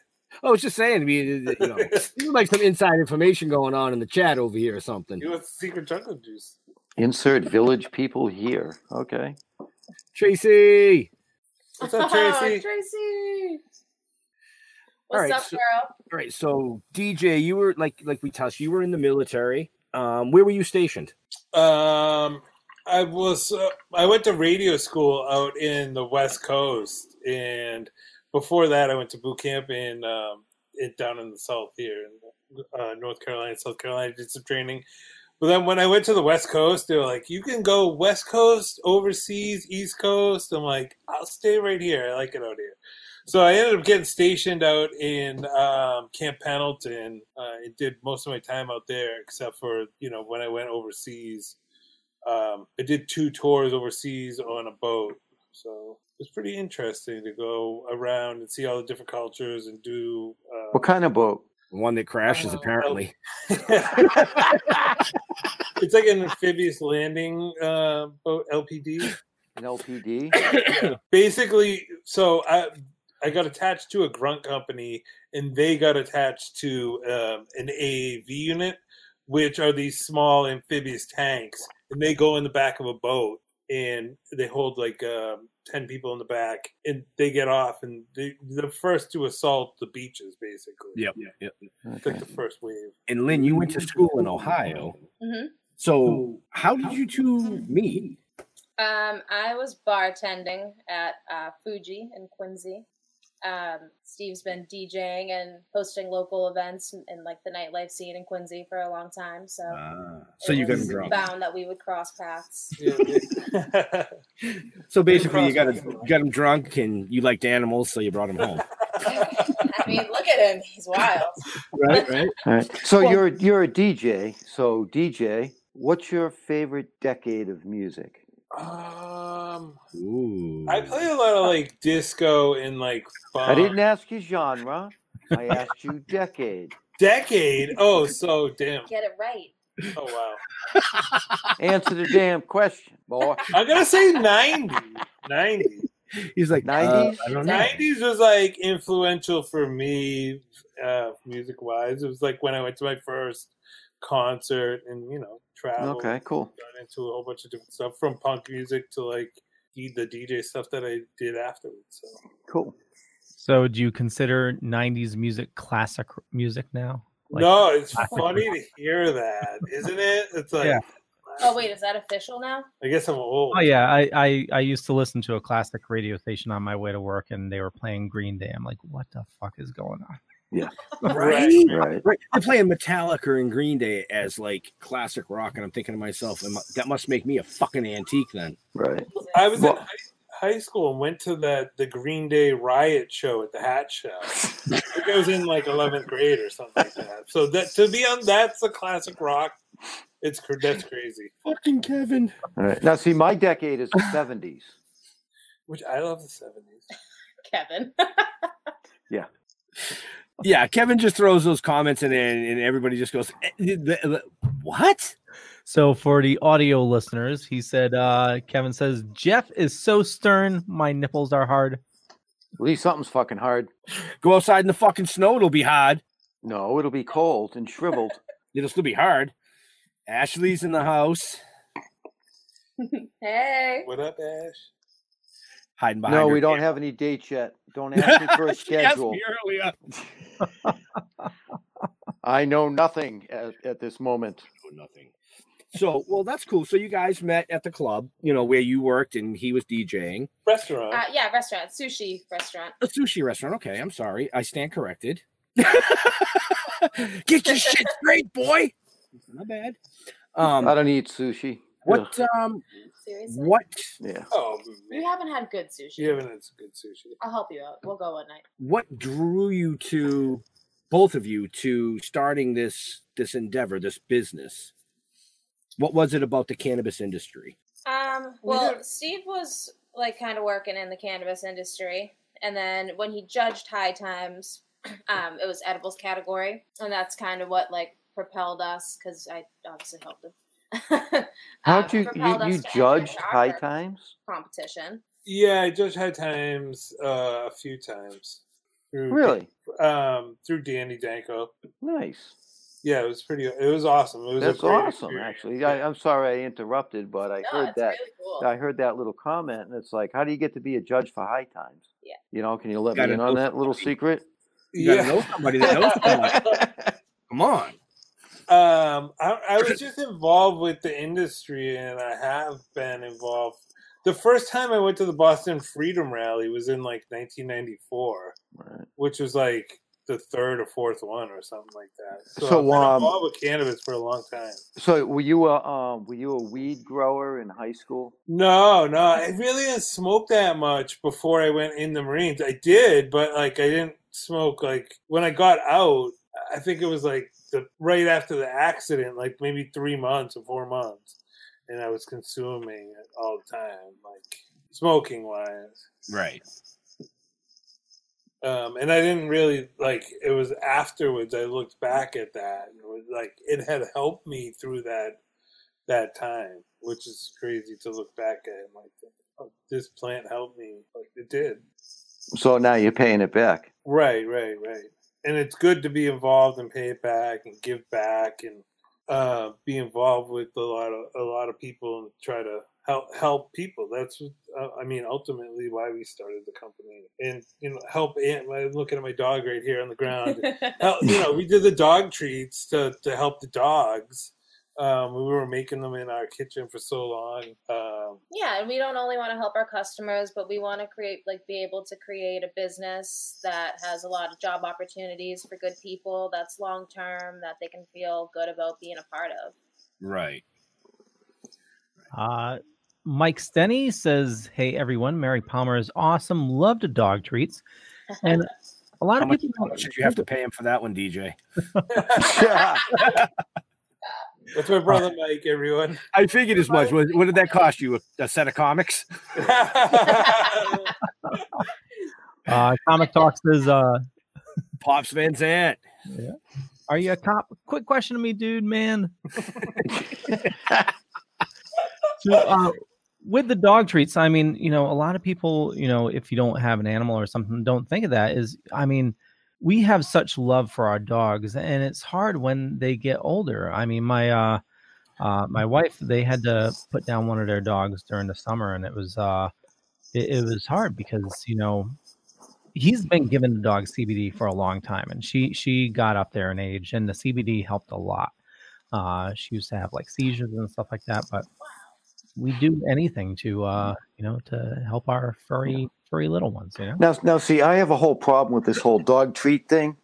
I was just saying, I mean, you know, this is like some inside information going on in the chat over here or something. You want secret jungle juice? Insert village people here. Okay. Tracy. What's up, Tracy? Tracy. All What's right, up, so- girl? All right, so DJ, you were like like we touched, you were in the military. Um, where were you stationed? Um, I was uh, I went to radio school out in the West Coast, and before that, I went to boot camp in um, it down in the South here in uh, North Carolina, South Carolina. Did some training, but then when I went to the West Coast, they were like, "You can go West Coast, overseas, East Coast." I'm like, "I'll stay right here. I like it out here." So I ended up getting stationed out in um, Camp Pendleton. Uh, I did most of my time out there, except for you know when I went overseas. Um, I did two tours overseas on a boat, so it's pretty interesting to go around and see all the different cultures and do. Uh, What kind of boat? One that crashes, apparently. it's like an amphibious landing uh, boat, LPD. An LPD. Basically, so I I got attached to a grunt company, and they got attached to um, an AAV unit, which are these small amphibious tanks, and they go in the back of a boat, and they hold like um, ten people in the back, and they get off, and they, the first to assault the beaches, basically. Yep. yep. It's like the first wave. And Lynn, you went to school in Ohio. Mhm. So how did you two meet? Um, I was bartending at uh, Fuji in Quincy. Um, Steve's been DJing and hosting local events in, in like the nightlife scene in Quincy for a long time. So, Ah, so you got him was drunk. Bound that we would cross paths. So basically, you got him, got him drunk, and you liked animals, so you brought him home. I mean, look at him; he's wild. right, right. All right. So you're you're a DJ. So DJ, what's your favorite decade of music? Um, Ooh. I play a lot of like disco and like funk. I didn't ask you genre. I asked you decade. Decade? Oh, so damn. Get it right. Oh wow. Answer the damn question, boy. I'm gonna say 90. 90. He's like nineties. I don't know. 90s was like influential for me, uh, music wise. It was like when I went to my first concert and you know uh, traveled. Okay, cool. Got into a whole bunch of different stuff from punk music to like the the DJ stuff that I did afterwards. So Cool. So, do you consider 90s music classic music now? Like, no, it's funny to hear that, isn't it? It's like Yeah. Oh wait, is that official now? I guess I'm old. Oh yeah, I, I I used to listen to a classic radio station on my way to work, and they were playing Green Day. I'm like, what the fuck is going on? Yeah, Right, right. I'm playing Metallica and Green Day as like classic rock, and I'm thinking to myself, am I- that must make me a fucking antique then. Right. I was in high, high school and went to the the Green Day riot show at the Hat Show. I think I was in like 11th grade or something like that. So that to be on that's a classic rock. It's cr- that's crazy. Fucking Kevin. All right. Now, see, my decade is the 70s. Which I love the 70s. Kevin. Yeah, Kevin just throws those comments in, there, and, and everybody just goes, "Eh, the- the- the- "What?" So for the audio listeners, he said, uh, Kevin says, Jeff is so stern, my nipples are hard. At least something's fucking hard. Go outside in the fucking snow; it'll be hard. No, it'll be cold and shriveled. it'll still be hard. Ashley's in the house, Hey. What up, Ash? hiding behind. No, her we don't camera. have any dates yet. Don't ask me for a She asked schedule. me earlier. I know nothing at, at this moment. nothing. So, well, that's cool. So you guys met at the club, you know, where you worked, and he was DJing. Restaurant. Uh, yeah, restaurant, sushi restaurant. A sushi restaurant. Okay, I'm sorry. I stand corrected. Get your shit straight, boy. Not bad. Um, I don't eat sushi. What? Ugh. Um, Seriously? what? Yeah. Oh, You haven't had good sushi. you haven't had some good sushi. I'll help you out. We'll go one night. What drew you to both of you to starting this this endeavor, this business? What was it about the cannabis industry? Um, well, Steve was like kind of working in the cannabis industry, and then when he judged High Times, um, it was edibles category, and that's kind of what like propelled us because I obviously helped him. How'd you you, propelled us you to enter judged the high opera times? competition. Yeah, I just had times uh, a few times. Through, Really? Um, through Danny Danko. Nice. Yeah, it was pretty. It was awesome. It was a That's great awesome, experience. actually. I, I'm sorry I interrupted, but I heard that I heard that little comment, and it's like, how do you get to be a judge for high times? Yeah. You know, can you let Gotta me in know on that little secret? You gotta know somebody that knows somebody. Come on. Um, I, I was just involved with the industry, and I have been involved. The first time I went to the Boston Freedom Rally was in like 1994, which was like the third or fourth one or something like that. So, So, I've been um, involved with cannabis for a long time. So, were you a um, were you a weed grower in high school? No, no, I really didn't smoke that much before I went in the Marines. I did, but like I didn't smoke like when I got out. I think it was like the right after the accident, like maybe three months or four months, and I was consuming it all the time, like smoking wise. Right. Um, and I didn't really like. It was afterwards I looked back at that and it was like it had helped me through that that time, which is crazy to look back at. And like, oh, this plant helped me. Like it did. So now you're paying it back. Right, right, right. And it's good to be involved and pay it back and give back and uh, be involved with a lot of a lot of people and try to help help people. That's what, uh, I mean ultimately why we started the company and you know help. And I'm looking at my dog right here on the ground. Help- you know we did the dog treats to to help the dogs. Um, we were making them in our kitchen for so long. Um, Yeah, and we don't only want to help our customers, but we want to create, like, be able to create a business that has a lot of job opportunities for good people that's long term, that they can feel good about being a part of. Right. Uh, Mike Stenny says, Hey everyone, Mary Palmer is awesome. Love to dog treats. And a lot How of much, people how much did you have to pay him for that one, DJ? that's my brother Mike. Everyone. I figured as much. What, what did that cost you? A, a set of comics? uh, Comic Talk says, uh, Pops Van Zant. yeah. Are you a cop? Quick question to me, dude, man. so, uh, with the dog treats, I mean, you know, a lot of people, you know, if you don't have an animal or something, don't think of that. Is, I mean, we have such love for our dogs, and it's hard when they get older. I mean, my uh, uh, my wife, they had to put down one of their dogs during the summer, and it was uh, it, it was hard because you know he's been giving the dog CBD for a long time, and she she got up there in age, and the CBD helped a lot. Uh, she used to have like seizures and stuff like that, but we do anything to uh, you know to help our furry furry little ones. You know, Now, now, see, I have a whole problem with this whole dog treat thing.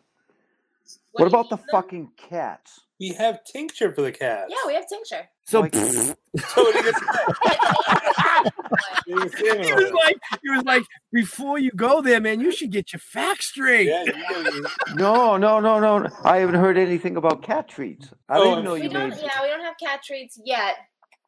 What, about the fucking cats? We have tincture for the cats. Yeah, we have tincture. So, he was like, he was like, before you go there, man, you should get your facts straight. no, no, no, no. I haven't heard anything about cat treats. I Oh, didn't know we you don't, made. yeah, we don't have cat treats yet.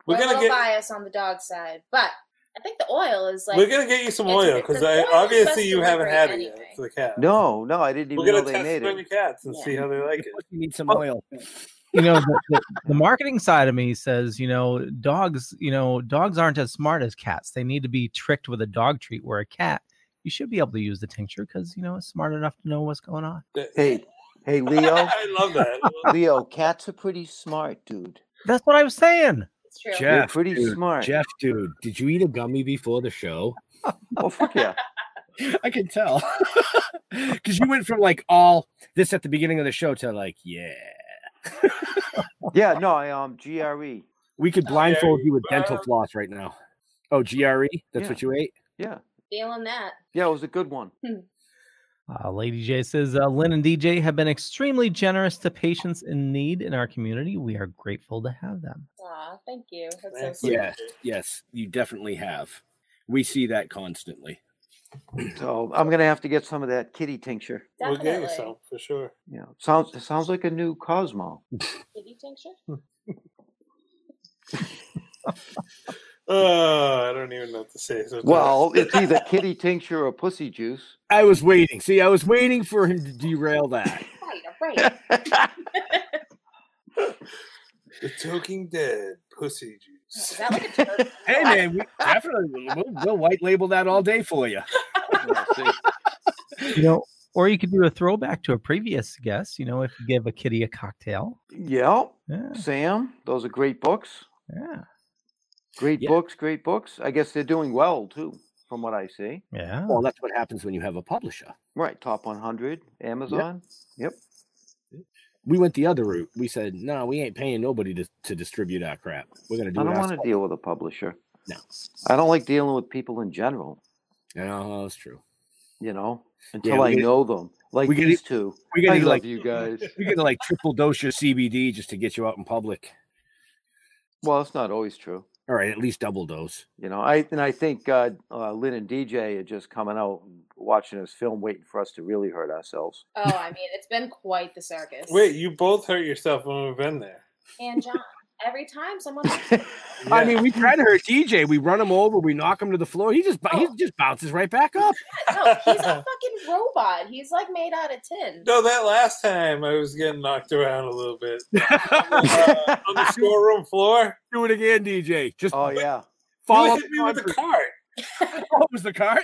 We're We're, gonna a little get- bias on the dog side, but I think the oil is like We're gonna get you some it's- oil it's- because the I oil is obviously best you haven't delivery had it anyway. yet for the cats. No, no, I didn't We're even know gonna they test made it on the it. cats and see how they like it. You need Oh. some oil. you know the, the, the marketing side of me says you know dogs you know dogs aren't as smart as cats they need to be tricked with a dog treat where a cat you should be able to use the tincture because you know it's smart enough to know what's going on Hey, hey, Leo. I love that. Leo, cats are pretty smart, dude. that's what i was saying It's true. They're pretty smart. Jeff, dude, did you eat a gummy before the show? Oh fuck yeah! I can tell because you went from like all this at the beginning of the show to like, yeah, yeah. No, I um GRE. we could blindfold you with dental floss right now. Oh, GRE, that's Yeah. what you ate. Yeah, feeling that. yeah, it was a good one. Uh, Lady J says, uh, Lynn and DJ have been extremely generous to patients in need in our community. We are grateful to have them. Aw, thank you. That's so Yes, sweet. yes, you definitely have. We see that constantly. So I'm gonna have to get some of that kitty tincture. We'll get you Definitely. some Oh, for sure. You know, sounds it sounds like a new Cosmo. Kitty tincture? Oh, I don't even know what to say. sometimes. Well, it's either kitty tincture or pussy juice. I was waiting. See, I was waiting for him to derail that. Right, right. the Talking Dead pussy juice. Is that like a turd? hey, man, we definitely we'll, we'll white label that all day for you. You know, or you could do a throwback to a previous guest, you know, if you give a kitty a cocktail. Yep. Sam, those are great books. Yeah. Great books, great books. I guess they're doing well too, from what I see. Yeah. Well, that's what happens when you have a publisher. Right, top 100, Amazon. Yep. We went the other route. We said, no, we ain't paying nobody to, to distribute our crap. We're gonna do. I it don't want ourselves." to deal with a publisher. No. I don't like dealing with people in general, No, Uh-huh, that's true. you know, Yeah, until we I gotta- know them. Like we gotta- these two. we gotta I do love like- you guys. You're gonna like triple dose your CBD just to get you out in public. Well, it's not always true. All right, at least double dose. You know, I and I think uh, uh, Lynn and DJ are just coming out and watching this film, waiting for us to really hurt ourselves. Oh, I mean, it's been quite the circus. Wait, you both hurt yourself when we've been there. And John, every time someone I mean, we try to hurt DJ. We run him over. We knock him to the floor. He just bo- he just bounces right back up. no, he's a fucking robot. He's like made out of tin. No, that last time I was getting knocked around a little bit Uh, on the storeroom floor. Do it again, DJ. Just Oh yeah, follow you up hit me with on- the cart. Oh, it was the cart.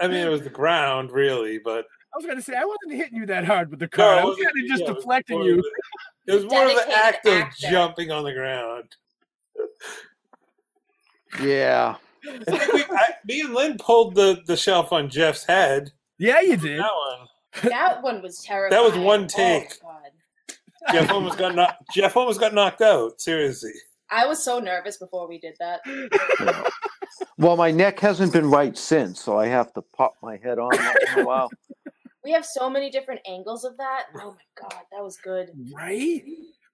I I mean, it was the ground, really, but was gonna say I wasn't hitting you that hard with the No, cart. it I was wasn't- kind of just yeah, it was deflecting more of you. the- It was more of the Dedicated act of actor. jumping on the ground. yeah. I think we, I, me and Lynn pulled the, the shelf on Jeff's head. Yeah, you did. That one. That one was terrible. That was Oh, one take. Jeff almost got knocked. Jeff almost got knocked out. Seriously. I was so nervous before we did that. Well, my neck hasn't been right since, so I have to pop my head on once in a while. We have so many different angles of that. Oh my god, that was good. Right?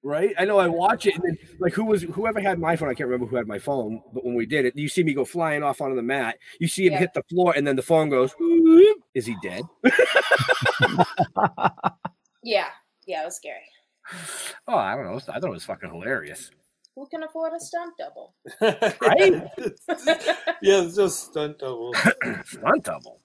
Right? I know I watch it and then like who was whoever had my phone, I can't remember who had my phone, but when we did it, you see me go flying off onto the mat. You see him Yeah. hit the floor and then the phone goes, "Whoop." is he dead? Yeah, yeah, it was scary. Oh, I don't know. I thought it was fucking hilarious. Who can afford a stunt double? Right? Yeah, it's just stunt double. Stunt double.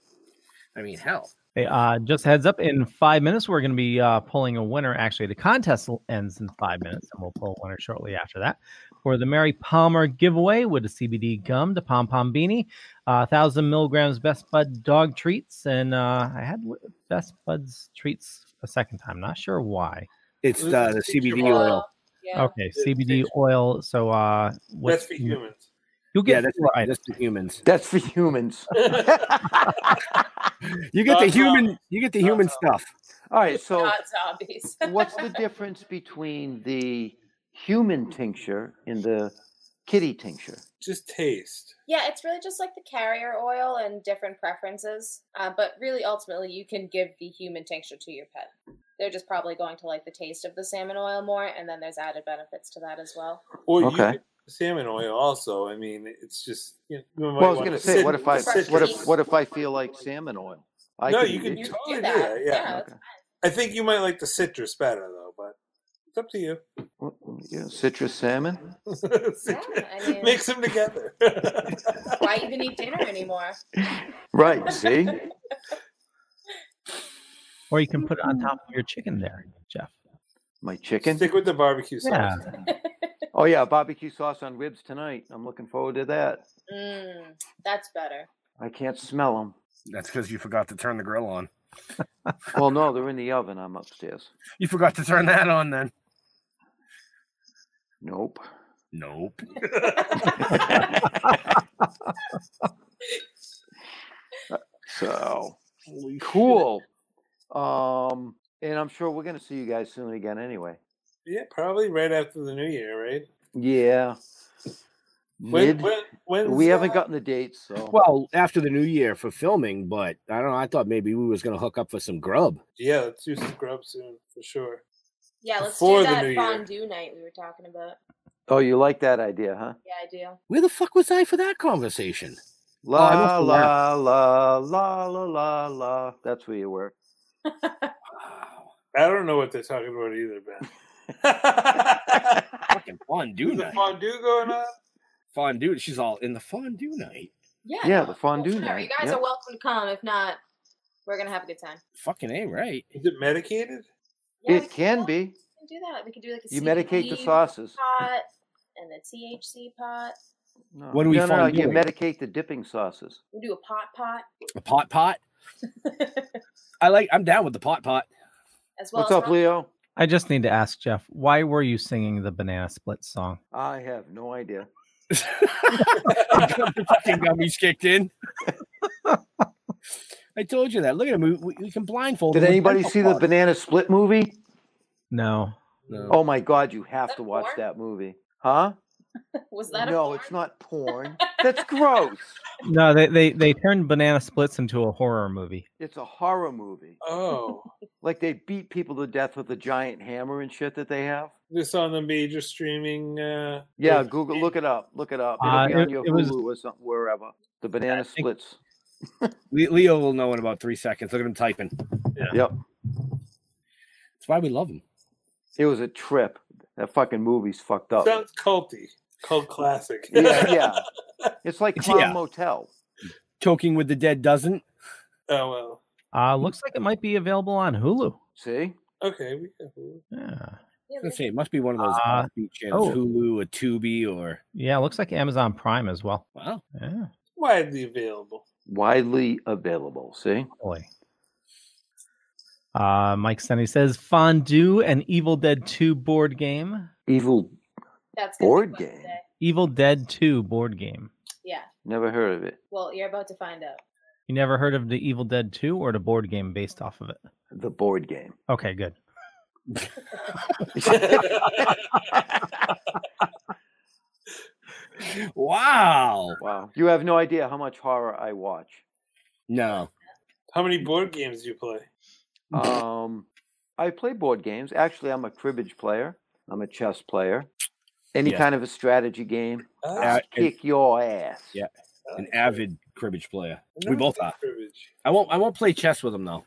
I mean, hell. Hey, uh, just a heads up, in five minutes, we're going to be uh, pulling a winner. Actually, the contest l- ends in five minutes, and we'll pull a winner shortly after that for the Mary Palmer giveaway with a CBD gum, the Pom Pom Beanie, uh, 1,000 milligrams Best Bud dog treats. And uh, I had w- Best Bud's treats a second time. Not sure why. It's This uh, is the picture CBD of- oil. Yeah. Okay, CBD oil. So, uh, That's what's for in your- humans. You'll get yeah, that's four right. items. That's the humans. That's for humans. you get the human. You get the human stuff. All right, so Not zombies. what's the difference between the human tincture and the kitty tincture? Just taste. Yeah, it's really just like the carrier oil and different preferences. Uh, but really, ultimately, you can give the human tincture to your pet. They're just probably going to like the taste of the salmon oil more, and then there's added benefits to that as well. Or Okay. you could salmon oil also. I mean, it's just you know, you might Well, I was want going to cit- say, what if I citrus. what if what if I feel like salmon oil? I no, could you can eat- totally do that. Yeah, I think you might like the citrus better though, but it's up to you. yeah, citrus salmon. I mean- Mix them together. Why even eat dinner anymore? Right. See. Or you can put it on top of your chicken there, Jeff. My chicken. Stick with the barbecue sauce. Yeah. Oh yeah, barbecue sauce on ribs tonight. I'm looking forward to that. Mm, that's better. I can't smell them. That's because you forgot to turn the grill on. Well, no, they're in the oven. I'm upstairs. You forgot to turn that on then. Nope. Nope. so cool. Um, and I'm sure we're going to see you guys soon again. Anyway. yeah, probably right after the new year, right? Yeah. When, Mid- when, when's, we haven't uh, gotten the dates, so Well, after the new year for filming, but I don't know. I thought maybe we was gonna hook up for some grub. Yeah, let's do some grub soon for sure. Yeah, let's Before do the that new year. fondue night we were talking about. Oh, you like that idea, huh? Yeah, I do. Where the fuck was I for that conversation? La Oh, I must have la la la la la la. That's where you were. I don't know what they're talking about either, Ben. Fucking fondue Is the night. fondue going on? Fondue. She's all in the fondue night. Yeah. Yeah, no, the fondue sure, You night, guys yeah. are welcome to come. If not, we're gonna have a good time. Fucking a right. Is it medicated? Yeah, we it can be. We can do that. We can do like a You medicate the CBD sauces. pot and the THC pot. No. What do we no, no, no, you fondueing? medicate the dipping sauces. We do a pot pot A pot pot. I like. I'm down with the pot pot. as well. as Leo? I just need to ask Jeff, why were you singing the Banana Split song? I have no idea. the fucking gummies kicked in. I told you that. Look at him. We, we- we can blindfold. Did him with anybody blindfold see the pods. Banana Split movie? No. Oh my God, you have to watch that movie. Huh? Was that no, it's not porn. That's gross. No, they, they, they turned Banana Splits into a horror movie. It's a horror movie. Oh. Like they beat people to death with a giant hammer and shit that they have. This on the major streaming. Uh, Yeah, Google, look it up. Look it up. It'll Uh, be on it- your it was- Hulu or something, wherever. The Banana Splits. Le- Leo will know in about three seconds. Look at him typing. Yep. That's why we love him. It was a trip. That fucking movie's fucked up. Sounds culty. Cult classic. Yeah, yeah. It's like Clown Yeah. Motel. Choking with the dead doesn't. Oh well. Uh, looks like it might be available on Hulu. See? Okay. We can- Yeah. I was gonna say it must be one of those Uh, offbeat channels, oh. Hulu, a Tubi, or Yeah, it looks like Amazon Prime as well. Wow. Yeah. widely available. Widely available. See? Boy. Uh, Mike Senny says Fondue and Evil Dead 2 board game. Evil That's gonna be board fun game. today. Evil Dead 2 board game. Yeah. Never heard of it. Well, you're about to find out. You never heard of the Evil Dead 2 or the board game based off of it? The board game. Okay, good. Wow. Wow. You have no idea how much horror I watch. No. How many board games do you play? Um, I play board games. Actually, I'm a cribbage player. I'm a chess player. Any Yeah. kind of a strategy game. Oh. I'll Uh, kick your ass. Yeah, an avid cribbage player. We Not both big are. cribbage. I won't. I won't play chess with him though.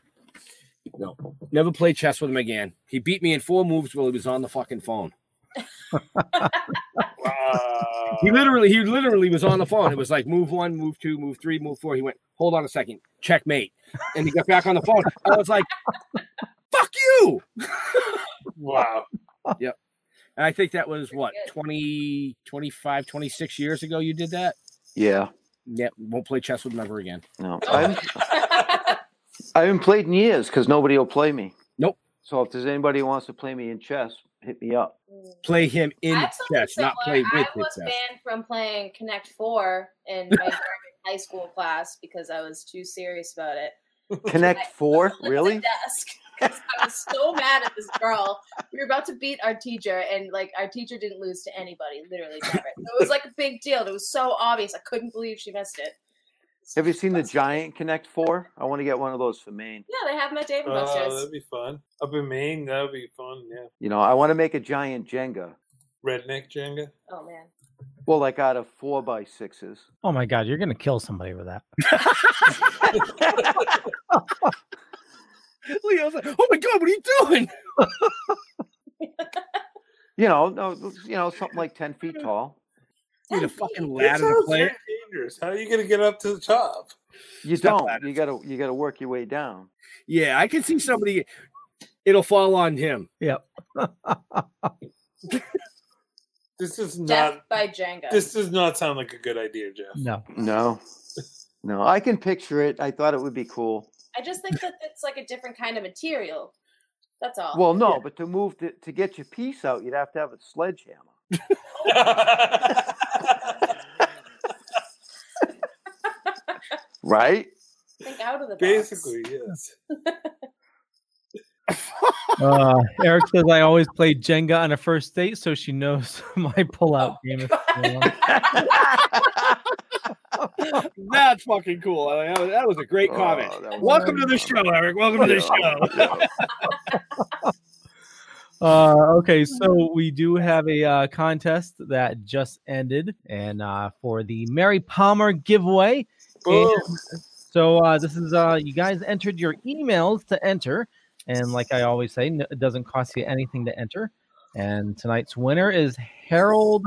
No, never play chess with him again. He beat me in four moves while he was on the fucking phone. Wow. He literally, he literally was on the phone. It was like move one, move two, move three, move four. He went, hold on a second, checkmate, and he got back on the phone. I was like, fuck you. Wow. Yep. And I think that was what 20, 25, 26 years ago. You did that. Yeah. Yeah, won't play chess with him ever again. No. I'm, I haven't played in years because nobody will play me. Nope. So if there's anybody who wants to play me in chess, hit me up. Play him I in the have chest, something not play similar. with I the was chest. banned from playing Connect Four in my German high school class because I was too serious about it. Connect four, at really? The desk. 'cause I was so mad at this girl. We were about to beat our teacher, and like our teacher didn't lose to anybody, literally never. So it was like a big deal. It was so obvious. I couldn't believe she missed it. Have you seen the giant Connect Four? I want to get one of those for Maine. Yeah, they have my Dave and Oh, that'd Buster's. be fun. Up in Maine, that'd be fun. Yeah. You know, I want to make a giant Jenga. Redneck Jenga. Oh man. Well, like out of four by sixes. Oh my god, you're gonna kill somebody with that. Leo's like, oh my god, what are you doing? You know, no, you know, something like ten feet tall. Need a fucking That sounds very dangerous. How are you gonna get up to the top? You don't. You gotta you gotta work your way down. Yeah, I can see somebody. It'll fall on him. Yep. This is Death not. by Jenga. This does not sound like a good idea, Jeff. No. No. No. I can picture it. I thought it would be cool. I just think that it's like a different kind of material. That's all. Well, no, but to move to, to get your piece out, you'd have to have a sledgehammer. right? Think out of the box. Basically, yes. Uh, Eric says I always play Jenga on a first date, so she knows my pullout game. If you want. That's fucking cool. I mean, that was- that was a great comment. Welcome to the show, Eric. Welcome to the show. Uh, okay, so we do have a uh, contest that just ended, and uh, for the Mary Palmer giveaway. And so uh, this is uh, you guys entered your emails to enter, and like I always say, n- it doesn't cost you anything to enter. And tonight's winner is Harold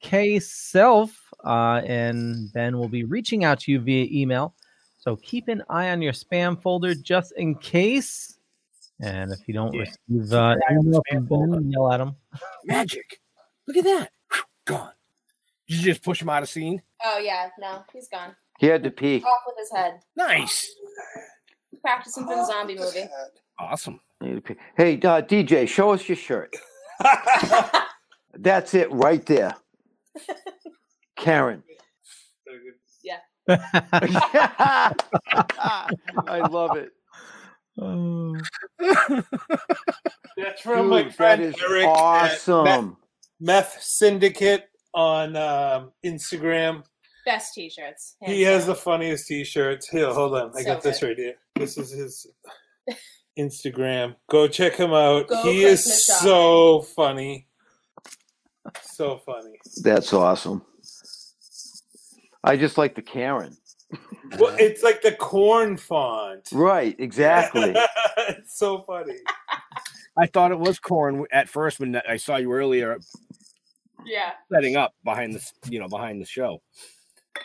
K. Self, uh, and Ben will be reaching out to you via email. So keep an eye on your spam folder just in case. And if you don't receive uh, email from Ben, yell at him. Magic. Look at that. Whew, Gone. Did you just push him out of scene? Oh yeah, no, he's gone. He had to pee. Off with his head. Nice. Practicing Oh, for the zombie movie. Awesome. Hey, uh, DJ, show us your shirt. That's it right there. Karen. Yeah. I love it. That's from my Dude, that friend is Eric at awesome. Meth, Meth Syndicate on um, Instagram. Best t-shirts. He has the funniest t-shirts. Here, hold on. I So got this good. right here. This is his Instagram. Go check him out. Go he is Christmas shopping. so funny. So funny. That's awesome. I just like the Karen. Well, it's like the corn font. Right, exactly. it's so funny. I thought it was corn at first when I saw you earlier Yeah. setting up behind this, you know, behind the show.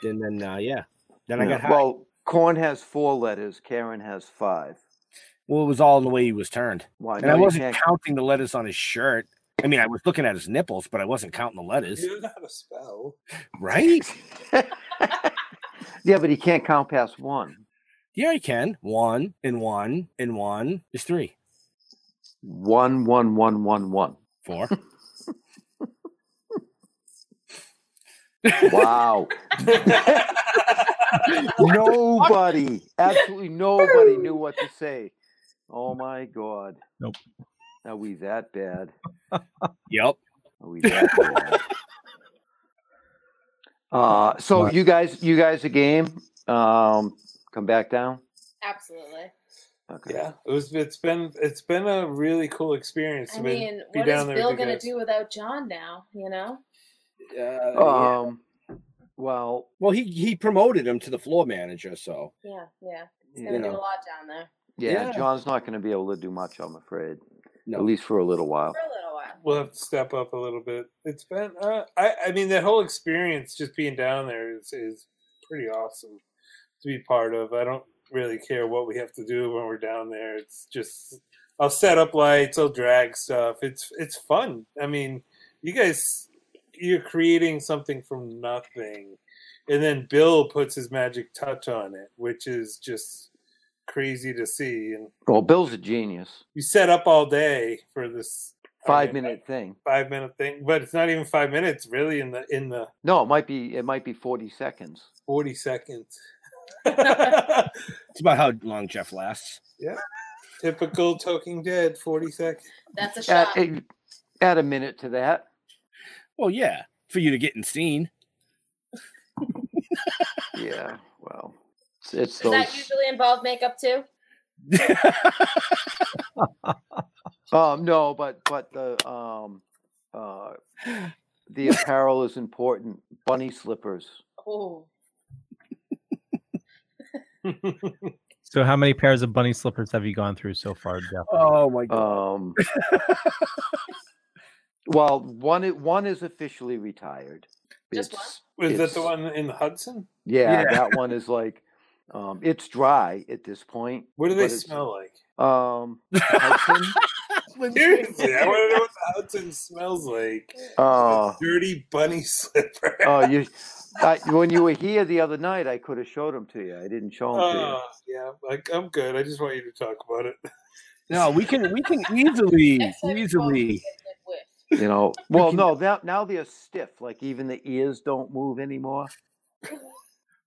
And then, uh, yeah. Then I Yeah, got high. Well, Well, corn has four letters. Karen has five. it was all in the way he was turned. Why? and I wasn't counting the letters on his shirt. I mean, I was looking at his nipples, but I wasn't counting the letters, You know how to spell. right? yeah, but he can't count past one. Yeah, I can. One and one and one is three. One, one, one, one, one. Four. Wow. nobody, absolutely nobody knew what to say. Oh my God. Nope. Are we that bad? Yep. Are we that bad? uh, so you guys, you guys, a game. Um, come back down. Absolutely. Okay. Yeah, it was. It's been. It's been a really cool experience. I to be- mean, be what down is there Bill with you gonna guys. do without John now? You know? Uh, Um. Well, Oh, Well, he he promoted him to the floor manager, so Yeah, yeah. He's You gonna do know. a lot down there yeah, Yeah. John's not going to be able to do much. I'm afraid. No. At least for a little while. for a little while. We'll have to step up a little bit. It's been. Uh, I. I mean, that whole experience, just being down there, is is pretty awesome to be part of. I don't really care what we have to do when we're down there. It's just. I'll set up lights. I'll drag stuff. It's it's fun. I mean, you guys, you're creating something from nothing, and then Bill puts his magic touch on it, which is just crazy to see. And Well, Bill's a genius. you set up all day for this five minute thing. five minute thing, but it's not even five minutes really in the in the No, it might be it might be forty seconds. forty seconds. It's about how long Jeff lasts. Yeah. Typical Talking Dead, forty seconds. That's a Add, a- add a minute to that. Well, yeah, for you to get in scene. yeah, well, it's, it's Does that usually involve makeup too? Um, no, but but the um, uh, the apparel is important. Bunny slippers. Oh, So, how many pairs of bunny slippers have you gone through so far, Jeff? Oh my god. Um, well, one i- one is officially retired. Just one. Was that the one in the Hudson? Yeah, that one is like um, it's dry at this point. What do they but it's- smell like? Um, Hudson, Seriously, I want to know what the Hudson smells like. uh, Dirty bunny slipper. oh, you. I, when you were here the other night, I could have showed them to you. I didn't show them to you. Oh, yeah, like I'm good. I just want you to talk about it. No, we can we can Oh, easily easily. You know, well, no, now now they're stiff. Like even the ears don't move anymore.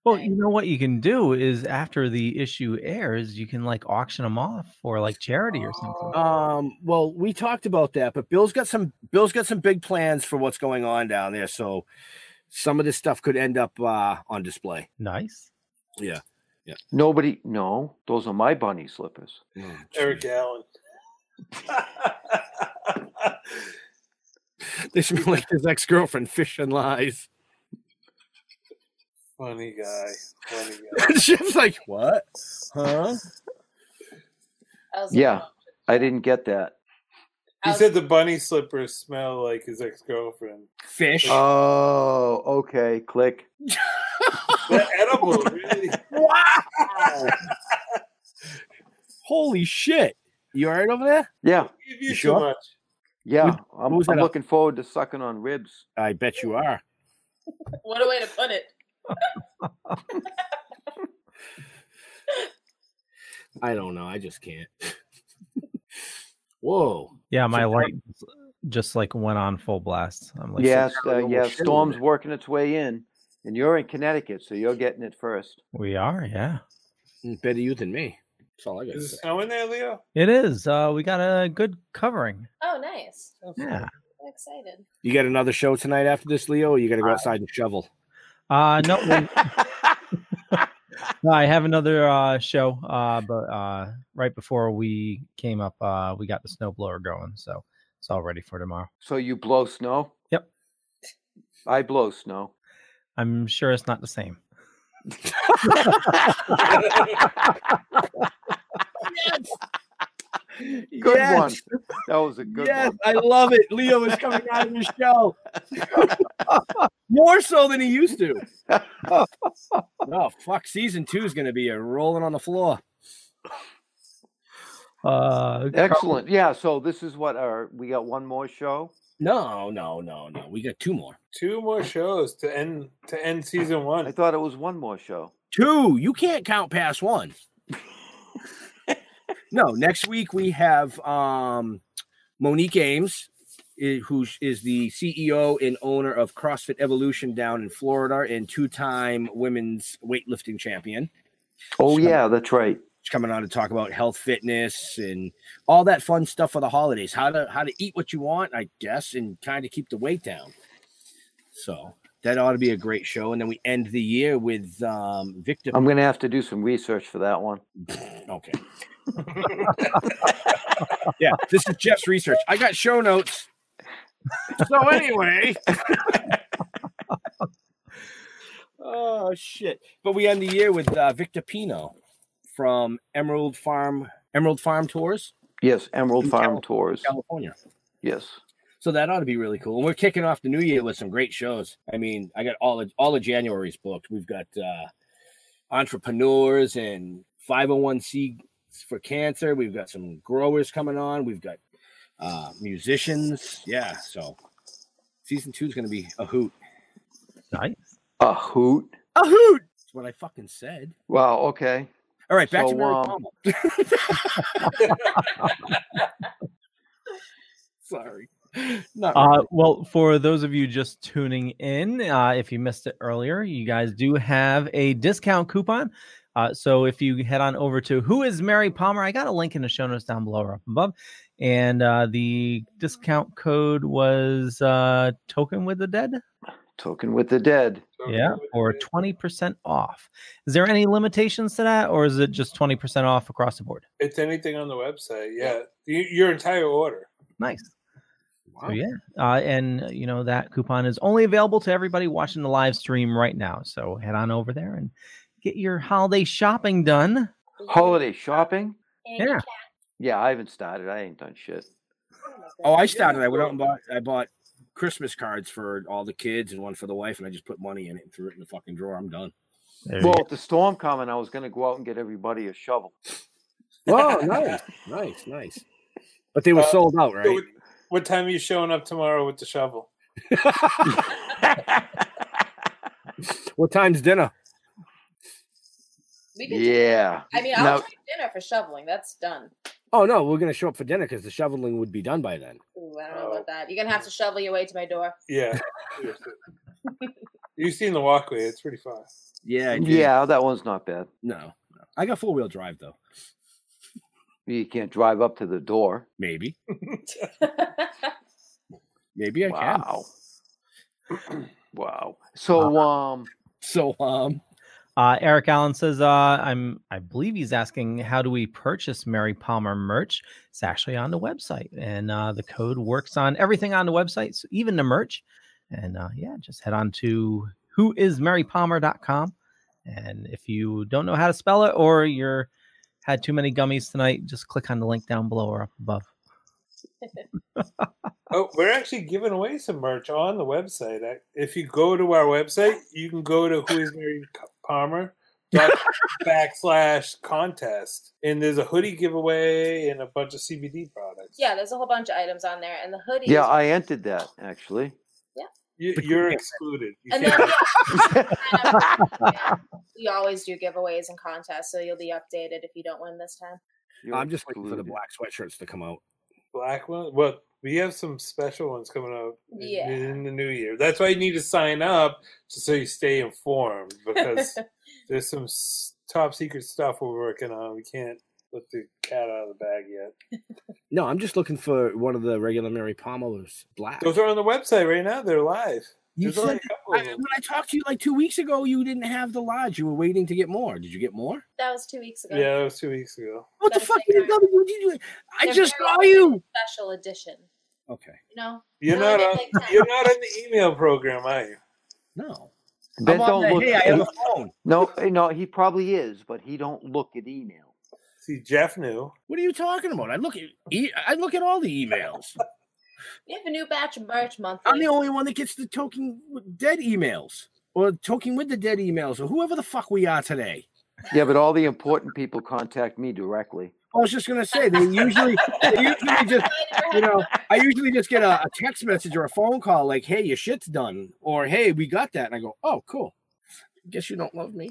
Well, you know what you can do is after the issue airs, you can like auction them off for like charity or something. Um, well, we talked about that, but Bill's got some Bill's got some big plans for what's going on down there. So some of this stuff could end up uh, on display. Nice. Yeah. Yeah. Nobody, no, those are my bunny slippers. Eric Allen. They smell like his ex girlfriend, Fish and Lies. Funny guy. Funny Jeff's like, what? Huh? I was Yeah, I didn't get that. He said the bunny slippers smell like his ex girlfriend. Fish. Oh, okay. Click. They're edible, really. wow. Holy shit. You all right over there? Yeah. Give you, You too sure? much. Yeah, What- I'm, what was I'm that? looking forward to sucking on ribs. I bet you are. what a way to put it. I don't know. I just can't. Whoa. Yeah, my light just like went on full blast. I'm like, yes, "Six uh, hours yeah. old." Storm's working its way in, and you're in Connecticut, so you're getting it first. We are, yeah. Better you than me. That's all I got. Is it snowing there, Leo? It is. Uh, we got a good covering. Oh, nice. Yeah. I'm excited. You got another show tonight after this, Leo, or you got to go outside and shovel? Uh, no, no, I have another uh, show, uh, but uh, right before we came up, uh, we got the snowblower going, so it's all ready for tomorrow. So you blow snow. Yep. I blow snow. I'm sure it's not the same. Good one. Yes. That was a good yes, one. I love it. Leo is coming out of the show more so than he used to. oh fuck! Season two is going to be a rolling on the floor. Uh, Excellent. Yeah. So this is what our we got one more show. No, no, no, no. We got two more. Two more shows to end to end season one. I thought it was one more show. Two. You can't count past one. no. Next week we have um, Monique Ames, i- who sh- is the CEO and owner of CrossFit Evolution down in Florida and two-time women's weightlifting champion. Oh yeah, that's right. She's coming on to talk about health, fitness, and all that fun stuff for the holidays. How to how to eat what you want, I guess, and kind of keep the weight down. So that ought to be a great show. And then we end the year with um, Victor. I'm gonna have to do some research for that one. Okay. yeah, this is Jeff's research. I got show notes. So anyway. oh shit! But we end the year with uh, Victor Pino from Emerald Farm Emerald Farm Tours, Yes, Emerald In Farm Cali- Tours. California. Yes. So that ought to be really cool. And we're kicking off the new year with some great shows. I mean, I got all of all of January's booked. We've got uh entrepreneurs and 501c for cancer. We've got some growers coming on. We've got uh musicians. Yeah, so season two is going to be a hoot. Nice. A hoot. A hoot. That's what I fucking said. Wow. Okay. All right, back So, to Mary um, Palmer. Sorry. Not Uh, really. well, for those of you just tuning in, uh, if you missed it earlier, you guys do have a discount coupon. Uh, so if you head on over to Who is Mary Palmer, I got a link in the show notes down below or up above. And uh, the discount code was uh, Token with the Dead. Token with the dead. yeah, or 20% off. Is there any limitations to that, or is it just 20% off across the board? It's anything on the website. Yeah, Y- your entire order. Nice. So yeah, uh, and uh, you know that coupon is only available to everybody watching the live stream right now. So head on over there and get your holiday shopping done. Holiday shopping? Yeah. Yeah, I haven't started. I ain't done shit. Oh, I started. I went out and bought. I bought Christmas cards for all the kids and one for the wife, and I just put money in it and threw it in the fucking drawer. I'm done. well, with the storm coming, I was going to go out and get everybody a shovel. oh, nice, nice, nice. But they were Uh, sold out, so right? What, what time are you showing up tomorrow with the shovel? What time's dinner? We can Yeah. I mean, I'll take dinner for shoveling. That's done. Oh no, we're gonna show up for dinner because the shoveling would be done by then. Ooh, I don't Oh. know about that. You're gonna have to shovel your way to my door. Yeah. You've seen the walkway. It's pretty far. Yeah. I did. Yeah, that one's not bad. No, I got four wheel drive though. You can't drive up to the door. Maybe. Maybe I wow. can. wow. So, um, so um, uh, Eric Allen says, uh, "I'm I believe he's asking how do we purchase Mary Palmer merch? It's actually on the website, and uh, the code works on everything on the website, so even the merch. And uh, yeah, just head on to whoismarypalmer.com. And if you don't know how to spell it, or you're had too many gummies tonight, just click on the link down below or up above. Oh, we're actually giving away some merch on the website. I- If you go to our website, you can go to Who is Mary Palmer dot backslash contest, and there's a hoodie giveaway and a bunch of CBD products. Yeah, there's a whole bunch of items on there, and the hoodie. yeah, I entered that actually. You, you're excluded. You And can't- then, we always do giveaways and contests, so you'll be updated if you don't win this time. I'm just waiting for the black sweatshirts to come out. black one. Well, we have some special ones coming up in- Yeah. in the new year. That's why you need to sign up just so you stay informed because there's some s- top secret stuff we're working on. We can't let the cat out of the bag yet. No, I'm just looking for one of the regular Mary Palmer's black. Those are on the website right now. They're live. You There's only said a couple I, of them. when I talked to you like two weeks ago, you didn't have the lodge. You were waiting to get more. Did you get more? That was two weeks ago. Yeah, that was two weeks ago. What the fuck? You got- what you doing? I They're just very saw you. Special edition. Okay. You know. You're You not only get, on. like, 10. You're not on the email program, are you? No. Ben I'm on don't the- look. hey, I have he- a phone. No, eh, no, he probably is, but he don't look at email. See, Jeff knew. What are you talking about? I look at e- I look at all the emails. We have a new batch of merch monthly. I'm the only one that gets the token with dead emails or token with the dead emails or whoever the fuck we are today. Yeah, but all the important people contact me directly. I was just gonna say they usually they usually just you know I usually just get a, a text message or a phone call like hey your shit's done or hey we got that and I go oh cool guess you don't love me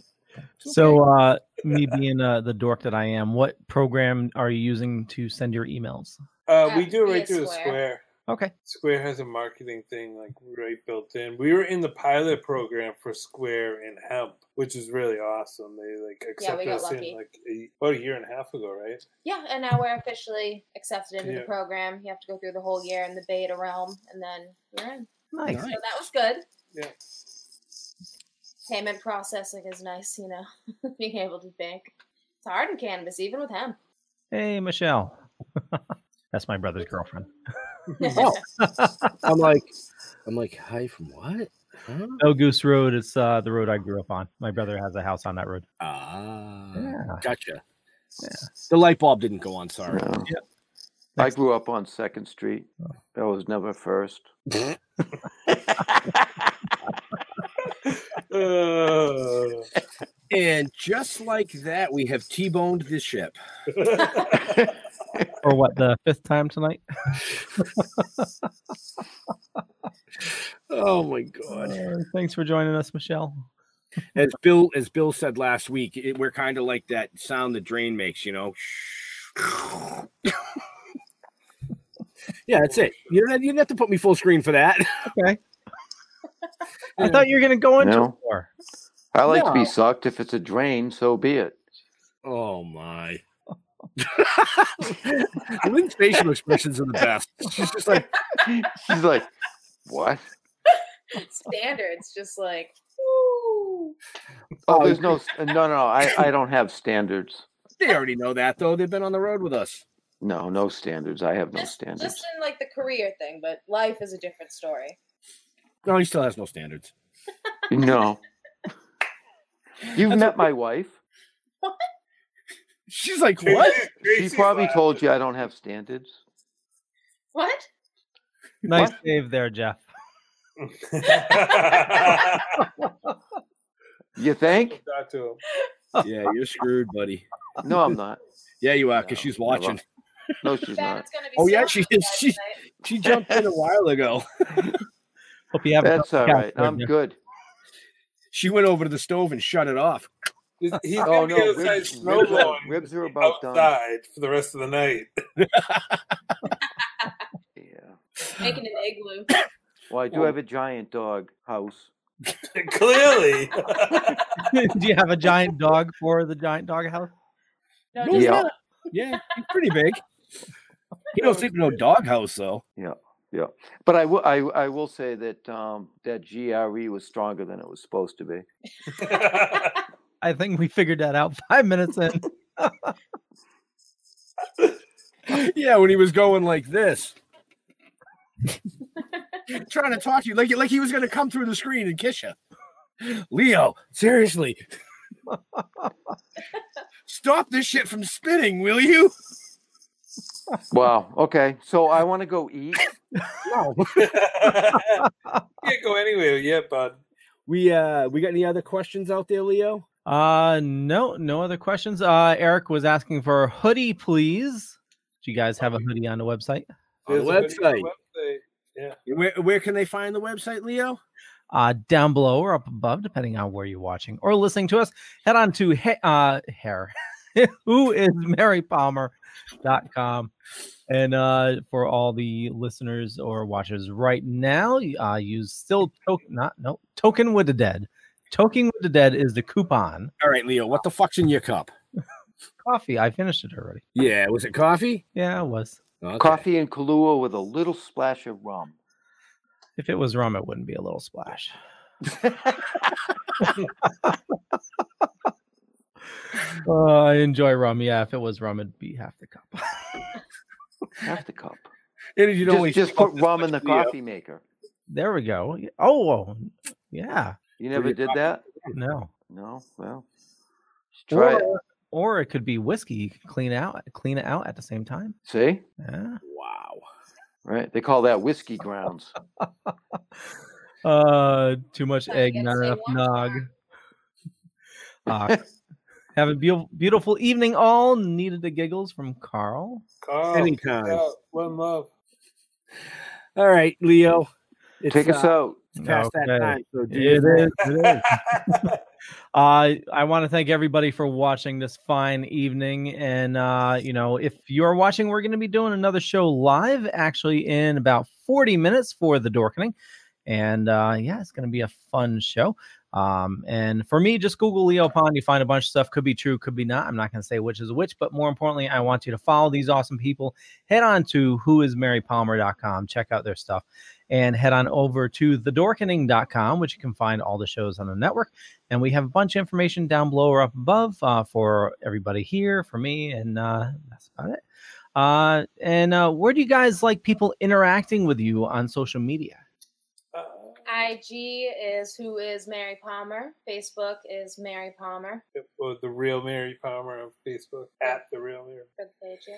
So, uh, me being uh, the dork that I am, what program are you using to send your emails? Uh, we do it via right through the Square. Square. Okay. Square has a marketing thing like right built in. We were in the pilot program for Square and Hemp, which is really awesome. They like Yeah, we accepted got us lucky. in like a, about a year and a half ago, right? Yeah, and now we're officially accepted into Yeah. the program. You have to go through the whole year in the beta realm, and then you're in. Nice. So that was good. Yeah. Payment processing is nice, you know, being able to bank. It's hard in cannabis, even with hemp. Hey, Michelle. That's my brother's girlfriend. oh. I'm like I'm like hi from what huh? No Goose Road is uh, the road I grew up on. My brother has a house on that road. ah Yeah. gotcha the light bulb didn't go on sorry I grew up on Second Street. I was never first. and just like that we have t-boned this ship Or what, the fifth time tonight? oh my god. Uh, thanks for joining us, Michelle. as Bill as Bill said last week, it, we're kind of like that sound the drain makes, you know. Yeah, that's it. You don't have, you didn't have to put me full screen for that. Okay. I thought you were going to go into No. more. I like to No. be sucked. If it's a drain, so be it. Oh my. Lynn's facial expressions are the best. She's just like, she's like, what? Standards, just like, woo. Oh, there's no, s- no, no. no, I, I don't have standards. They already know that though. They've been on the road with us. No, no standards. I have no Just, standards. just in like the career thing, but life is a different story. No, he still has no standards. No. You've met my wife. What? She's like, what? She probably told you I don't have standards. What? Nice save there, Jeff. You think? Talk to him. yeah, you're screwed, buddy. No, I'm not. Yeah, you are, because she's watching. No, she's not. Oh yeah, she is. She she jumped in a while ago. Hope you have. That's all right. I'm good. She went over to the stove and shut it off. He's Oh, gonna be outside snowballing ribs are about done. outside for the rest of the night. Making an igloo. Well, I do have a giant dog house. Clearly. Do you have a giant dog for the giant dog house? No, he's Yeah. not. Yeah, he's pretty big. He don't sleep in no doghouse though. Yeah, yeah. But I will, I, I will say that um, that GRE was stronger than it was supposed to be. I think we figured that out five minutes in. yeah, when he was going like this. Trying to talk to you like like he was going to come through the screen and kiss you. Leo, seriously. Stop this shit from spinning, will you? Wow. Okay. So I want to go eat. No. Can't go anywhere yet, bud. We uh we got any other questions out there, Leo? Uh no, no other questions. Uh Eric was asking for a hoodie, please. Do you guys have a hoodie on the website? On the There's a video website. website, Yeah. Where where can they find the website, Leo? Uh down below or up above, depending on where you're watching or listening to us. Head on to he- uh hair. Who is Mary Palmer.com. And uh for all the listeners or watchers right now, you, uh use still token not no token with the dead. Token with the dead is the coupon. All right, Leo, what the fuck's in your cup? Coffee. I finished it already. Yeah, was it coffee? Yeah, it was. Coffee and Kahlua with a little splash of rum. If it was rum, it wouldn't be a little splash. Uh, I enjoy rum. Yeah, if it was rum, it'd be half the cup. Half the cup. And you'd just, only just fill up put this rum much in the beer. coffee maker. There we go. Y- Oh, oh, yeah. You never did that? No. No. Well, just Or, try it. or it could be whiskey. You could clean out, clean it out at the same time. See? Yeah. Wow. Right. They call that whiskey grounds. Uh, too much egg, not enough nog. Uh, have a beau- beautiful evening, all. Needed the giggles from Carl. Oh, Carl, Anytime. yeah, one love. All right, Leo. Take us out. It's past that Okay. time. So do it your is. thing. It is. uh, I want to thank everybody for watching this fine evening. And, uh, you know, if you're watching, we're going to be doing another show live actually in about 40 minutes for The Dorkening. And uh, yeah, it's going to be a fun show. Um, and for me, just Google Leo Pond. You find a bunch of stuff. Could be true, could be not. I'm not going to say which is which, but more importantly, I want you to follow these awesome people. Head on to whoismarypalmer.com. Check out their stuff and head on over to thedorkening.com, which you can find all the shows on the network. And we have a bunch of information down below or up above uh, for everybody here, for me, and uh, that's about it. Uh, and uh, where do you guys like people interacting with you on social media? Uh, IG is who is Mary Palmer. Facebook is Mary Palmer. Well, the real Mary Palmer on Facebook at the real Mary For the page, yeah.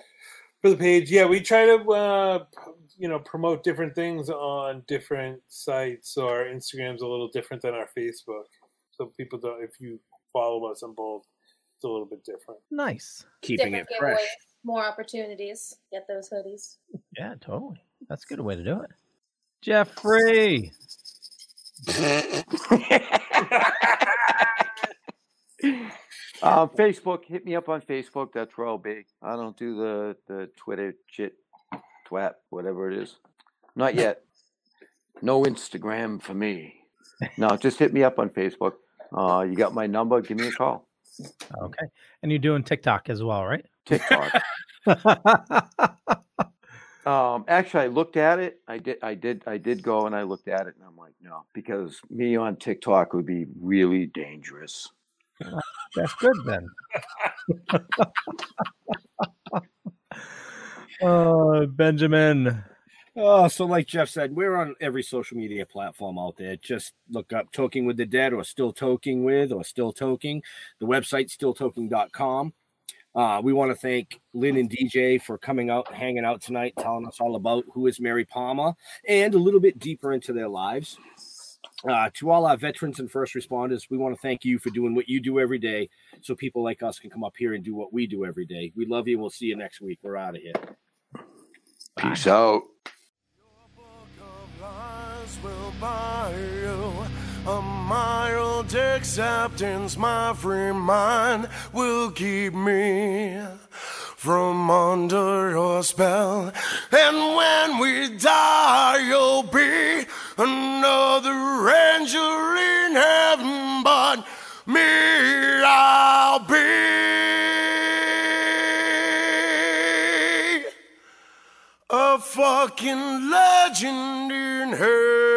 for the page. Yeah, we try to uh, p- you know promote different things on different sites. So our Instagram's a little different than our Facebook. So people don't if you follow us on both, it's a little bit different. Nice. Different giveaways, More opportunities. Get those hoodies. Yeah, totally. That's a good way to do it. Jeffrey. Uh, Facebook, hit me up on Facebook. That's where I'll be. I don't do the, the Twitter shit. twat, whatever it is. Not yet. No Instagram for me. No, just hit me up on Facebook. Uh, you got my number. Give me a call. Okay. And you're doing TikTok as well, right? TikTok. um, actually, I looked at it. I did. I did. I did go and I looked at it, and I'm like, no, because me on TikTok would be really dangerous. That's good then. Uh, Benjamin. Oh, so like Jeff said, we're on every social media platform out there. Just look up Talking with the Dead or Still Talking With or Still Talking. The website, stilltalking.com. Uh, we want to thank Lynn and DJ for coming out, hanging out tonight, telling us all about who is Mary Palmer and a little bit deeper into their lives. Uh, to all our veterans and first responders, we want to thank you for doing what you do every day so people like us can come up here and do what we do every day. We love you. We'll see you next week. We're out of here. Peace out. Lies will buy you a mild acceptance. My free mind will keep me from under your spell. And when we die, you'll be another angel in heaven, but me, I'll be a fucking legend in hell.